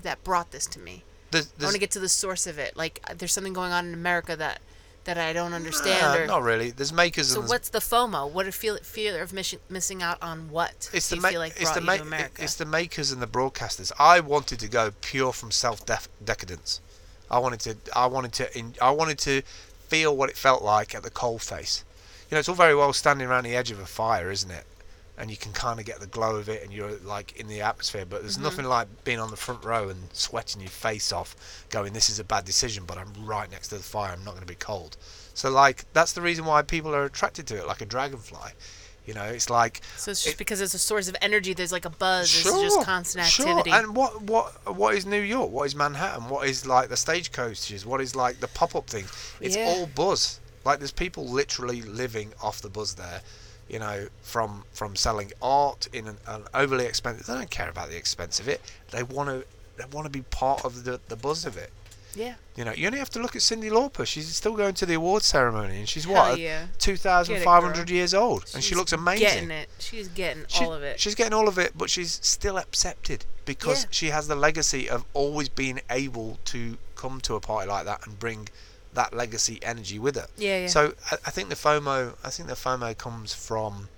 S2: that brought this to me.
S1: There's,
S2: I want
S1: there's,
S2: to get to the source of it. Like uh, there's something going on in America that that I don't understand.
S1: Nah,
S2: or,
S1: not really. There's makers
S2: so
S1: and there's,
S2: what's the FOMO? What a feel fear of miss- missing out on what?
S1: it's
S2: do
S1: the
S2: you
S1: ma-
S2: feel like
S1: it's
S2: brought
S1: the
S2: you
S1: ma-
S2: to
S1: it-
S2: America?
S1: it's the makers and the broadcasters. I wanted to go pure from self def- decadence. I wanted to I wanted to in, I wanted to feel what it felt like at the coal face. You know, it's all very well standing around the edge of a fire, isn't it? And you can kind of get the glow of it, and you're like in the atmosphere. But
S2: Mm-hmm.
S1: there's nothing like being on the front row and sweating your face off, going, "This is a bad decision," but I'm right next to the fire. I'm not going to be cold. So like that's the reason why people are attracted to it, like a dragonfly. You know, it's like
S2: so it's just because it's a source of energy. There's like a buzz. It's just constant activity.
S1: Sure. And what what what is New York? What is Manhattan? What is like the stagecoaches? What is like the pop up thing? It's
S2: Yeah.
S1: all buzz. Like there's people literally living off the buzz there. You know, from from selling art in an, an overly expensive. They don't care about the expense of it. They want to they want to be part of the the buzz of it.
S2: yeah.
S1: You know, you only have to look at Cindy Lauper. She's still going to the award ceremony, and she's
S2: Hell
S1: what
S2: yeah.
S1: two thousand five hundred years old, and she
S2: She's
S1: looks amazing.
S2: Getting it. She's getting
S1: She-
S2: all of it.
S1: She's getting all of it, but she's still accepted because
S2: Yeah.
S1: she has the legacy of always being able to come to a party like that and bring that legacy energy with her.
S2: Yeah, yeah.
S1: So I, I think the FOMO, I think the FOMO comes from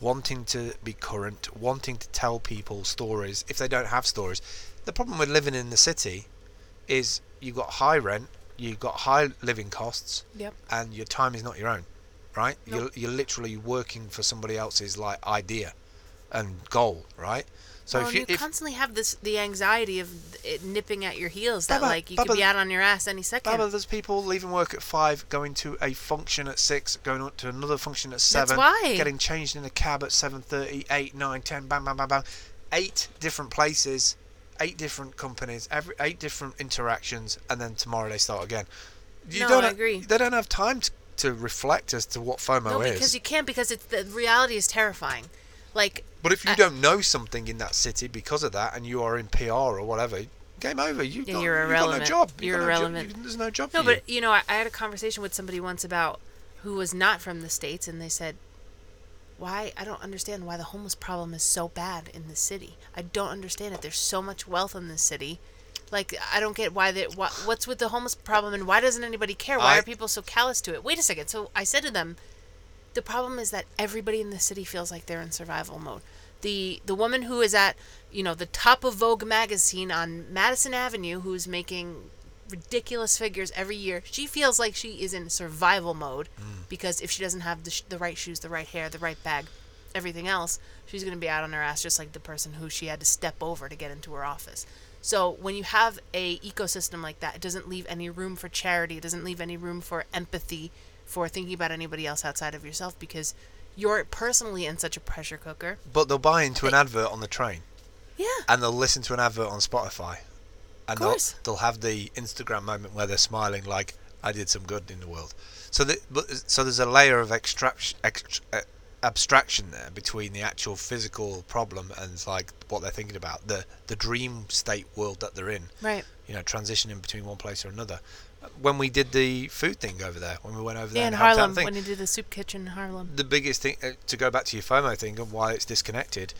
S1: wanting to be current, wanting to tell people stories if they don't have stories. the problem with living in the city is you've got high rent, you've got high living costs,
S2: Yep.
S1: and your time is not your own, right?
S2: Nope.
S1: You're, you're literally working for somebody else's like idea and goal, right? So if
S2: well, and
S1: you,
S2: Um, you
S1: if,
S2: constantly have this the anxiety of it nipping at your heels that
S1: Baba,
S2: like you
S1: Baba-
S2: could be out on your ass any second.
S1: Baba, there's people leaving work at five, going to a function at six, going on to another function at seven,
S2: why.
S1: getting changed in a cab at seven thirty, eight, nine, ten, bang, bang, bang, bang, eight different places, eight different companies, every eight different interactions, and then tomorrow they start again. You
S2: No,
S1: don't
S2: I
S1: ha-
S2: agree.
S1: They don't have time to, to reflect as to what FOMO
S2: no,
S1: is.
S2: because you can't because it's the reality is terrifying. Like
S1: but if you
S2: I-
S1: don't know something in that city because of that, and you are in PR or whatever, game over. You've
S2: Yeah,
S1: got,
S2: you're
S1: you've
S2: irrelevant.
S1: got no job. You've
S2: You're
S1: got no jo-
S2: irrelevant.
S1: you- there's no job
S2: No,
S1: for you.
S2: but you know, I, I had a conversation with somebody once about who was not from the states, and they said, "Why? I don't understand why the homeless problem is so bad in the city. I don't understand it. There's so much wealth in this city. Like, I don't get why that. Why, what's with the homeless problem, and why doesn't anybody care? Why
S1: I-
S2: are people so callous to it? Wait a second. So I said to them, the problem is that everybody in the city feels like they're in survival mode. The the woman who is at you know the top of Vogue magazine on Madison Avenue, who's making ridiculous figures every year, she feels like she is in survival mode because if she doesn't have the, sh- the right shoes, the right hair, the right bag, everything else, she's going to be out on her ass just like the person who she had to step over to get into her office. So when you have a ecosystem like that, it doesn't leave any room for charity. It doesn't leave any room for empathy, for thinking about anybody else outside of yourself because you're personally in such a pressure cooker.
S1: but they'll buy into an advert on the train.
S2: Yeah.
S1: and they'll listen to an advert on Spotify, and they'll,
S2: course.
S1: they'll have the Instagram moment where they're smiling like I did some good in the world. So the, but so there's a layer of extract, ext uh, abstraction there between the actual physical problem and like what they're thinking about the the dream state world that they're in.
S2: Right.
S1: You know, transitioning between one place or another. When we did the food thing over there, when we went over there
S2: Yeah, in
S1: and helped out
S2: Harlem
S1: the thing,
S2: when you do the soup kitchen in Harlem.
S1: the biggest thing uh, to go back to your FOMO thing and why it's disconnected.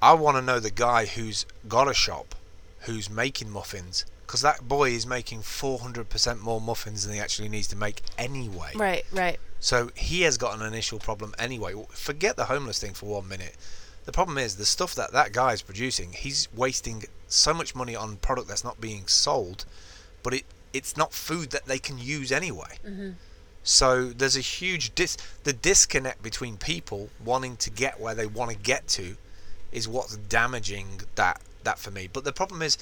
S1: I want to know the guy who's got a shop, who's making muffins, because that boy is making 400% more muffins than he actually needs to make anyway.
S2: Right, right.
S1: So he has got an initial problem anyway. W- Forget the homeless thing for one minute. The problem is the stuff that that guy is producing. He's wasting so much money on product that's not being sold, but it it's not food that they can use anyway. So there's a huge dis the disconnect between people wanting to get where they want to get to, is what's damaging that that for me. But the problem is,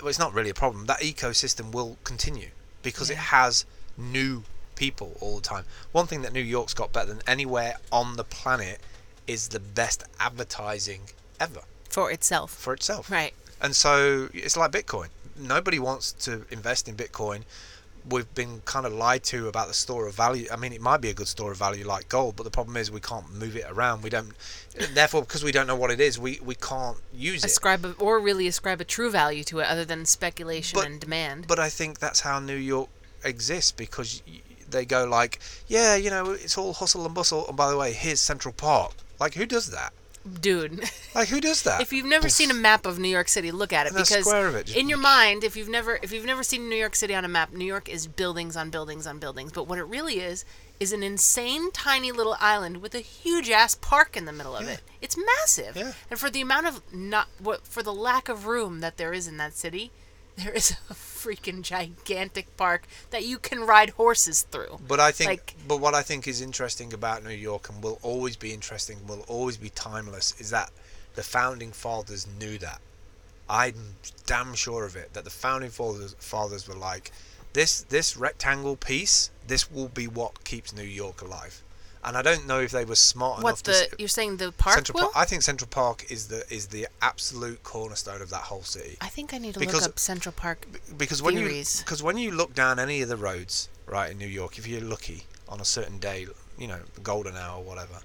S1: well, it's not really a problem. That ecosystem will continue because it has new people all the time. One thing that New York's got better than anywhere on the planet is the best advertising ever
S2: For itself.
S1: for itself.
S2: Right.
S1: And so it's like Bitcoin. Nobody wants to invest in Bitcoin. We've been kind of lied to about the store of value. I mean, it might be a good store of value like gold, but the problem is we can't move it around. We don't, therefore, because we don't know what it is, we, we can't use it.
S2: Ascribe a, or really ascribe a true value to it other than speculation
S1: But-
S2: and demand.
S1: But I think that's how New York exists because y- they go like, yeah, you know, it's all hustle and bustle. And by the way, here's Central Park. Like, who does that?
S2: Dude.
S1: Like, who does that?
S2: if you've never seen a map of New York City, look at it
S1: And the
S2: because
S1: square of it just-
S2: in your mind, if you've never if you've never seen New York City on a map, New York is buildings on buildings on buildings. But what it really is is an insane tiny little island with a huge ass park in the middle of it. It's massive,
S1: Yeah.
S2: and for the amount of not what for the lack of room that there is in that city, there is a freaking gigantic park that you can ride horses through.
S1: But I think,
S2: Like-
S1: but what I think is interesting about New York and will always be interesting, will always be timeless, is that the founding fathers knew that. I'm damn sure of it. That the founding fathers fathers were like, this this rectangle piece, this will be what keeps New York alive. And I don't know if they were smart enough
S2: What's
S1: to.
S2: the
S1: s-
S2: you're saying the park
S1: Central
S2: will?
S1: Park. I think Central Park is the is the absolute cornerstone of that whole city
S2: I think I need to
S1: Because-
S2: look up Central Park.
S1: because when
S2: theories.
S1: you because when you look down any of the roads right in New York, if you're lucky on a certain day, you know, golden hour, whatever,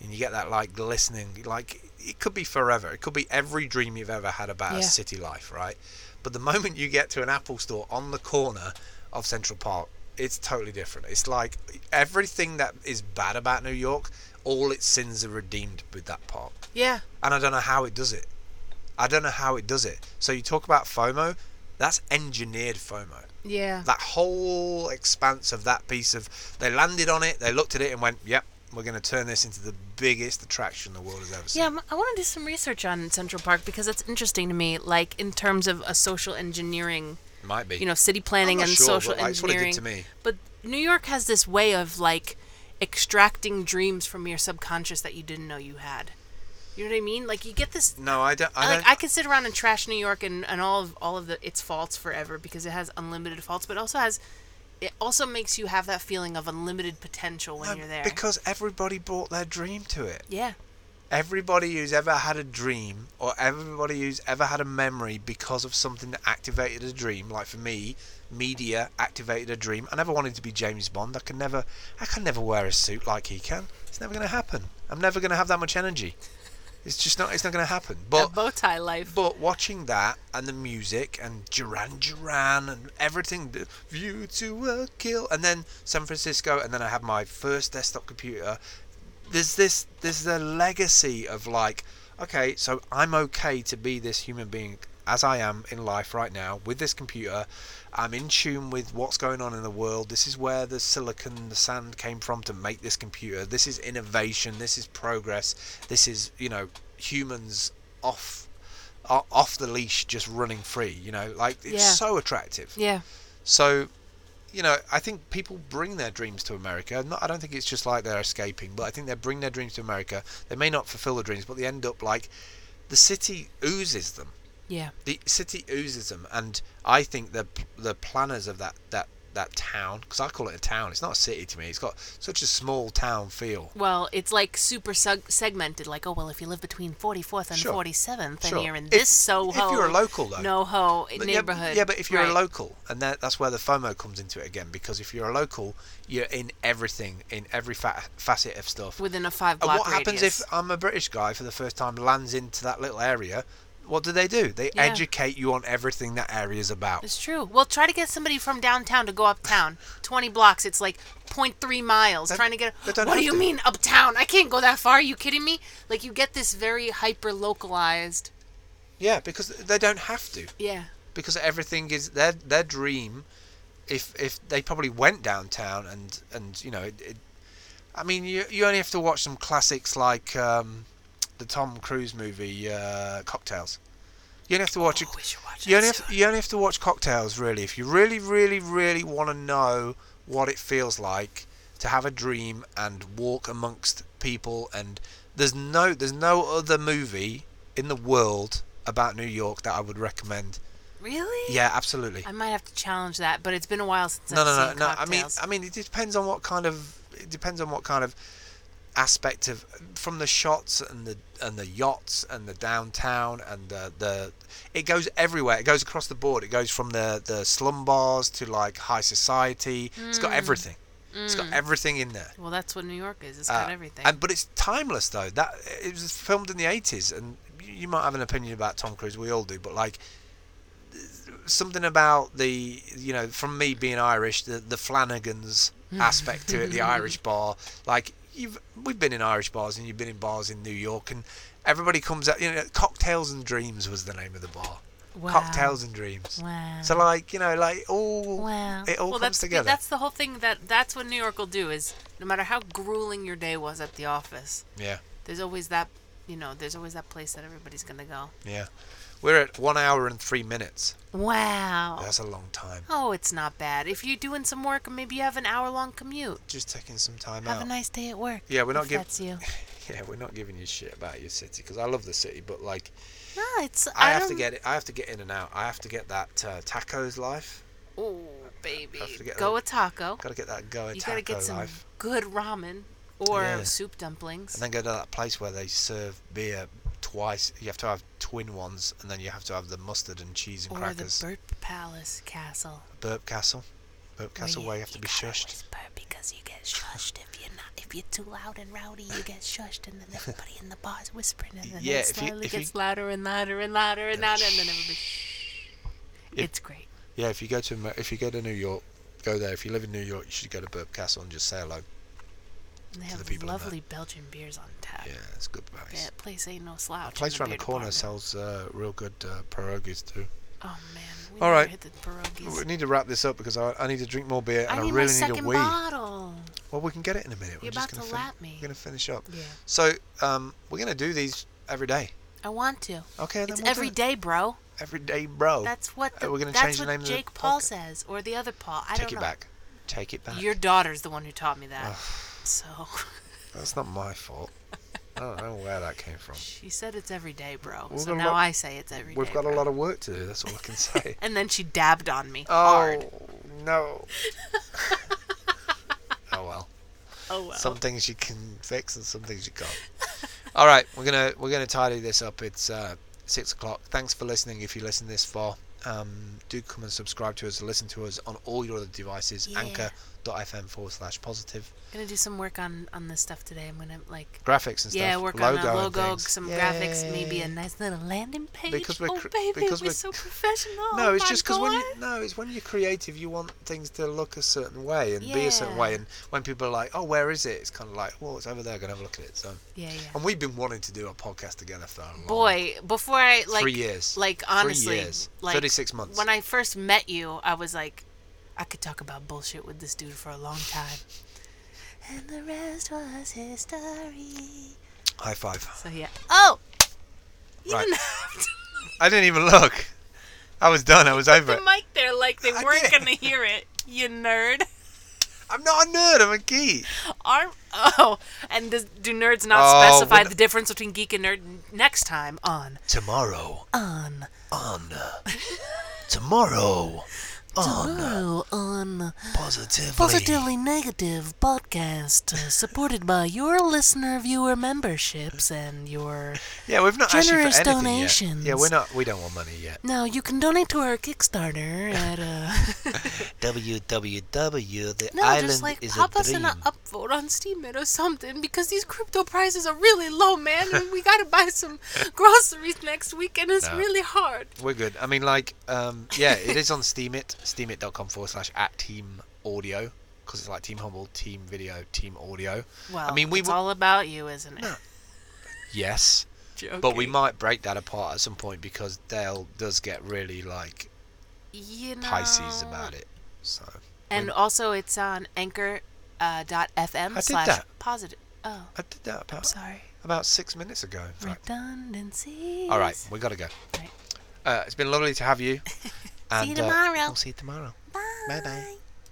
S1: and you get that like glistening, like it could be forever. It could be every dream you've ever had about a
S2: Yeah.
S1: city life, right? But the moment you get to an Apple store on the corner of Central Park, it's totally different. It's like everything that is bad about New York, all its sins are redeemed with that park
S2: Yeah.
S1: and I don't know how it does it. I don't know how it does it. So you talk about FOMO, that's engineered FOMO.
S2: Yeah.
S1: That whole expanse of that piece of they landed on it, they looked at it and went, "Yep, We're going to turn this into the biggest attraction the world has ever seen.
S2: Yeah, I'm- I want to do some research on Central Park because that's interesting to me. Like in terms of a social engineering,
S1: Might be.
S2: you know, city planning
S1: Eh, I'm not
S2: and
S1: sure,
S2: social
S1: but, like, it's what it did to
S2: engineering.
S1: me.
S2: But New York has this way of like extracting dreams from your subconscious that you didn't know you had. You know what I mean? Like you get this
S1: no, I don't. I
S2: I, like
S1: don't
S2: I could sit around and trash New York and, and all of all of the its faults forever because it has unlimited faults, but also has it also makes you have that feeling of unlimited potential when
S1: No,
S2: you're there.
S1: Because everybody brought their dream to it.
S2: yeah,
S1: Everybody who's ever had a dream, or everybody who's ever had a memory because of something that activated a dream, like for me, media activated a dream. I never wanted to be James Bond. I can never, I can never wear a suit like he can. It's never going to happen. I'm never going to have that much energy. It's just not. It's not going to happen. But
S2: that bow tie life.
S1: but watching that and the music and Duran Duran and everything, the view to a kill, and then San Francisco, and then I had my first desktop computer. There's this, there's a legacy of like, okay, so I'm okay to be this human being as I am in life right now with this computer. I'm in tune with what's going on in the world. This is where the silicon, the sand came from to make this computer. This is innovation. This is progress. This is, you know, humans off o- off the leash just running free you know like it's
S2: Yeah.
S1: so attractive
S2: yeah,
S1: so you know i think people bring their dreams to america not i don't think it's just like they're escaping but i think they bring their dreams to america they may not fulfill the dreams but they end up like the city oozes them
S2: yeah,
S1: the city oozes them and i think the the planners of that that that town because i call it a town it's not a city to me it's got such a small town feel
S2: Well, it's like super seg- segmented. Like, oh well, if you live between 44th and
S1: Sure.
S2: 47th, and
S1: Sure.
S2: you're in
S1: If-
S2: this Soho,
S1: if you're a local, though.
S2: no ho
S1: But yeah, but-
S2: neighborhood.
S1: Yeah, but if you're
S2: Right.
S1: a local, and that, that's where the FOMO comes into it again, because if you're a local, you're in everything, in every fa- facet of stuff.
S2: within a five
S1: and
S2: block
S1: Uh, what happens
S2: radius.
S1: if I'm a British guy for the first time lands into that little area? What do they do? They
S2: Yeah.
S1: educate you on everything that area's about.
S2: It's true. Well, try to get somebody from downtown to go uptown. 20 blocks, it's like 0.3 miles.
S1: They-
S2: trying to get.
S1: they don't
S2: What do
S1: have
S2: you
S1: to.
S2: mean uptown? I can't go that far. Are you kidding me? Like, you get this very hyper localized.
S1: yeah, because they don't have to.
S2: Yeah.
S1: because everything is their their dream. If if they probably went downtown and and you know, it, it, I mean, you you only have to watch some classics like um, the Tom Cruise movie uh, Cocktails. You only have to watch. a-
S2: Oh, we should watch
S1: you
S2: that
S1: only have, you only have to watch Cocktails really if you really really really want to know what it feels like to have a dream and walk amongst people and there's no there's no other movie in the world about New York that I would recommend.
S2: Really?
S1: Yeah, absolutely.
S2: I might have to challenge that, but it's been a while since
S1: No,
S2: I've
S1: no, no,
S2: seen
S1: no. I mean,
S2: cocktails.
S1: I mean, it depends on what kind of it depends on what kind of aspect of from the shots and the and the yachts and the downtown and the the it goes everywhere. It goes across the board. It goes from the the slum bars to like high society. It's
S2: Mm.
S1: got everything. It's got everything in there.
S2: well, that's what New York is. It's got
S1: Uh,
S2: everything.
S1: And but it's timeless though. That it was filmed in the eighties, and you you might have an opinion about Tom Cruise. We all do, but like something about the you know from me being Irish, the the Flanagan's aspect to it, the Irish bar. Like you've we've been in Irish bars, and you've been in bars in New York, and everybody comes out. You know, Cocktails and Dreams was the name of the bar.
S2: Wow.
S1: Cocktails and Dreams.
S2: Wow.
S1: So like you know like all
S3: Wow.
S1: it all
S2: well,
S1: comes
S2: that's
S1: together.
S2: that's the whole thing. That that's what New York will do. Is no matter how grueling your day was at the office,
S1: yeah.
S2: there's always that you know there's always that place that everybody's gonna go
S1: Yeah. We're at one hour and three minutes.
S2: wow
S1: That's a long time.
S2: oh it's not bad if you're doing some work and maybe you have an hour long commute
S1: Just taking some time
S2: have
S1: out.
S2: a nice day at work
S1: yeah, we're not
S2: if
S1: giving.
S2: that's you
S1: Yeah, we're not giving you shit about your city because I love the city, but like
S2: no it's
S1: I,
S2: I,
S1: have to
S2: don't-
S1: get it. I have to get in and out. I have to get that uh, tacos life.
S2: oh baby
S1: I have to get
S2: go
S1: a-
S2: a taco
S1: Got to get that go
S2: you
S1: taco
S2: gotta get some
S1: life,
S2: good ramen or
S1: Yeah.
S2: soup dumplings
S1: and then go to that place where they serve beer twice. You have to have twin ones, and then you have to have the mustard and cheese and
S2: or
S1: crackers.
S2: the burp palace castle
S1: Burp Castle, Burp Castle, where you have to be
S3: gotta
S1: shushed.
S3: whisper because you get shushed if you're not if you're too loud and rowdy. You get shushed, and then everybody in the bar's whispering, and then
S1: Yeah,
S3: it's
S1: if you-
S3: slowly
S1: if you-
S3: gets louder and louder and louder and louder, and then everybody.
S1: If-
S2: it's great
S1: Yeah, if you go to Amer- if you go to New York, go there. If you live in New York, you should go to Burp Castle and just say hello.
S2: and they
S1: to the
S2: have
S1: people in there.
S2: lovely belgian beers on tap
S1: Yeah, it's a good place.
S2: that place ain't no slouch in
S1: Place around the
S2: beer
S1: corner
S2: department.
S1: sells uh, real good uh, pierogies too.
S2: Oh man. We
S1: All
S2: never
S1: right.
S2: Hit the pierogies.
S1: We need to wrap this up because I, I need to drink more beer and
S2: I
S1: I,
S2: need my
S1: really need a
S2: second
S1: wee.
S2: bottle.
S1: Well, we can get it in a minute.
S2: You're
S1: we're just
S2: about
S1: gonna
S2: to
S1: fin-
S2: lap me.
S1: We're going to finish up.
S2: Yeah.
S1: So um, we're going to do these every day.
S2: I want to.
S1: Okay, then
S2: It's
S1: we'll
S2: every
S1: do
S2: day, bro.
S1: it. every day, bro.
S2: That's what
S1: Uh,
S2: the,
S1: we're gonna
S2: that's
S1: change the
S2: what
S1: name of the
S2: Jake Paul
S1: podcast.
S2: says, or the other Paul. I
S1: Take
S2: don't
S1: it
S2: know.
S1: back. Take it back.
S2: Your daughter's the one who taught me that. So
S1: That's not my fault. I don't know where that came from.
S2: she said it's every day, bro.
S1: We've
S2: so
S1: got a
S2: now
S1: lot-
S2: I say it's every
S1: We've
S2: day,
S1: got a
S2: bro.
S1: lot of work to do. That's all I can say.
S2: And then she dabbed on me hard.
S1: oh no. oh well.
S2: Oh well.
S1: Some things you can fix and some things you can't. All right, we're gonna we're gonna tidy this up. It's uh, six o'clock. Thanks for listening. If you listen this far, um, do come and subscribe to us. Listen to us on all your other devices.
S2: Yeah.
S1: Anchor.fm forward slash positive
S2: gonna do some work on on this stuff today. I'm gonna like
S1: graphics and stuff.
S2: yeah, work
S1: logo
S2: on a
S1: and
S2: logo,
S1: things.
S2: some graphics, maybe
S1: Yay.
S2: a nice little landing page.
S1: Because we're
S2: oh
S1: cr-
S2: baby,
S1: because
S2: we're,
S1: we're-
S2: so professional.
S1: No,
S2: oh
S1: it's
S2: my
S1: just because when you,
S2: God.
S1: no, it's when you're creative, you want things to look a certain way and be a certain
S2: Yeah.
S1: way. And when people are like, "Oh, where is it?" It's kind of like, "Well, it's over there. Gonna have a look at it." So,
S2: yeah, yeah.
S1: and we've been wanting to do a podcast together for a long,
S2: Boy, before I like
S1: three years,
S2: like honestly,
S1: three years,
S2: like
S1: thirty-six months.
S2: when I first met you, I was like, I could talk about bullshit with this dude for a long time.
S3: And the rest was history.
S1: High five!
S2: So yeah. Oh, you
S1: Right.
S2: didn't have to
S1: I didn't even look. I was done. I was over
S2: put
S1: it.
S2: the mic there like they
S1: I
S2: weren't
S1: did.
S2: gonna hear it. You nerd.
S1: I'm not a nerd. I'm a geek.
S2: Are oh, and does, do nerds not
S1: Oh,
S2: specify
S1: we're-
S2: the difference between geek and nerd? Next time on
S1: Tomorrow
S3: On
S1: on. tomorrow on
S3: tomorrow on
S1: positively.
S3: Positively Negative podcast, uh, supported by your listener viewer memberships and your.
S1: Yeah, we've not
S3: Generous
S1: actually for anything
S3: donations.
S1: Yet. Yeah, we're not. We don't want money yet.
S3: Now you can donate to our Kickstarter at uh,
S1: www. The
S2: no, just like pop us in an upvote on Steam it or something because these crypto prices are really low, man, and we gotta buy some groceries next week, and it's
S1: No.
S2: really hard.
S1: We're good. I mean, like, um, yeah, it is on Steam it, steamit.com forward slash at team audio because it's like team humble, team video, team audio.
S2: Well,
S1: I mean, we
S2: it's
S1: were-
S2: all about you, isn't it?
S1: Yes, but we might break that apart at some point because Dale does get really like
S2: you know,
S1: Pisces about it. So
S2: And also, it's on Anchor. Uh, dot
S1: I
S2: FM
S1: did
S2: slash
S1: that.
S2: positive. Oh,
S1: I did that about,
S2: sorry.
S1: about six minutes ago. In fact.
S3: redundancy.
S1: All right, we gotta go.
S2: Right.
S1: Uh, it's been lovely to have you. and,
S3: you
S1: uh,
S3: tomorrow.
S1: we'll see you tomorrow.
S3: Bye.
S1: Bye bye.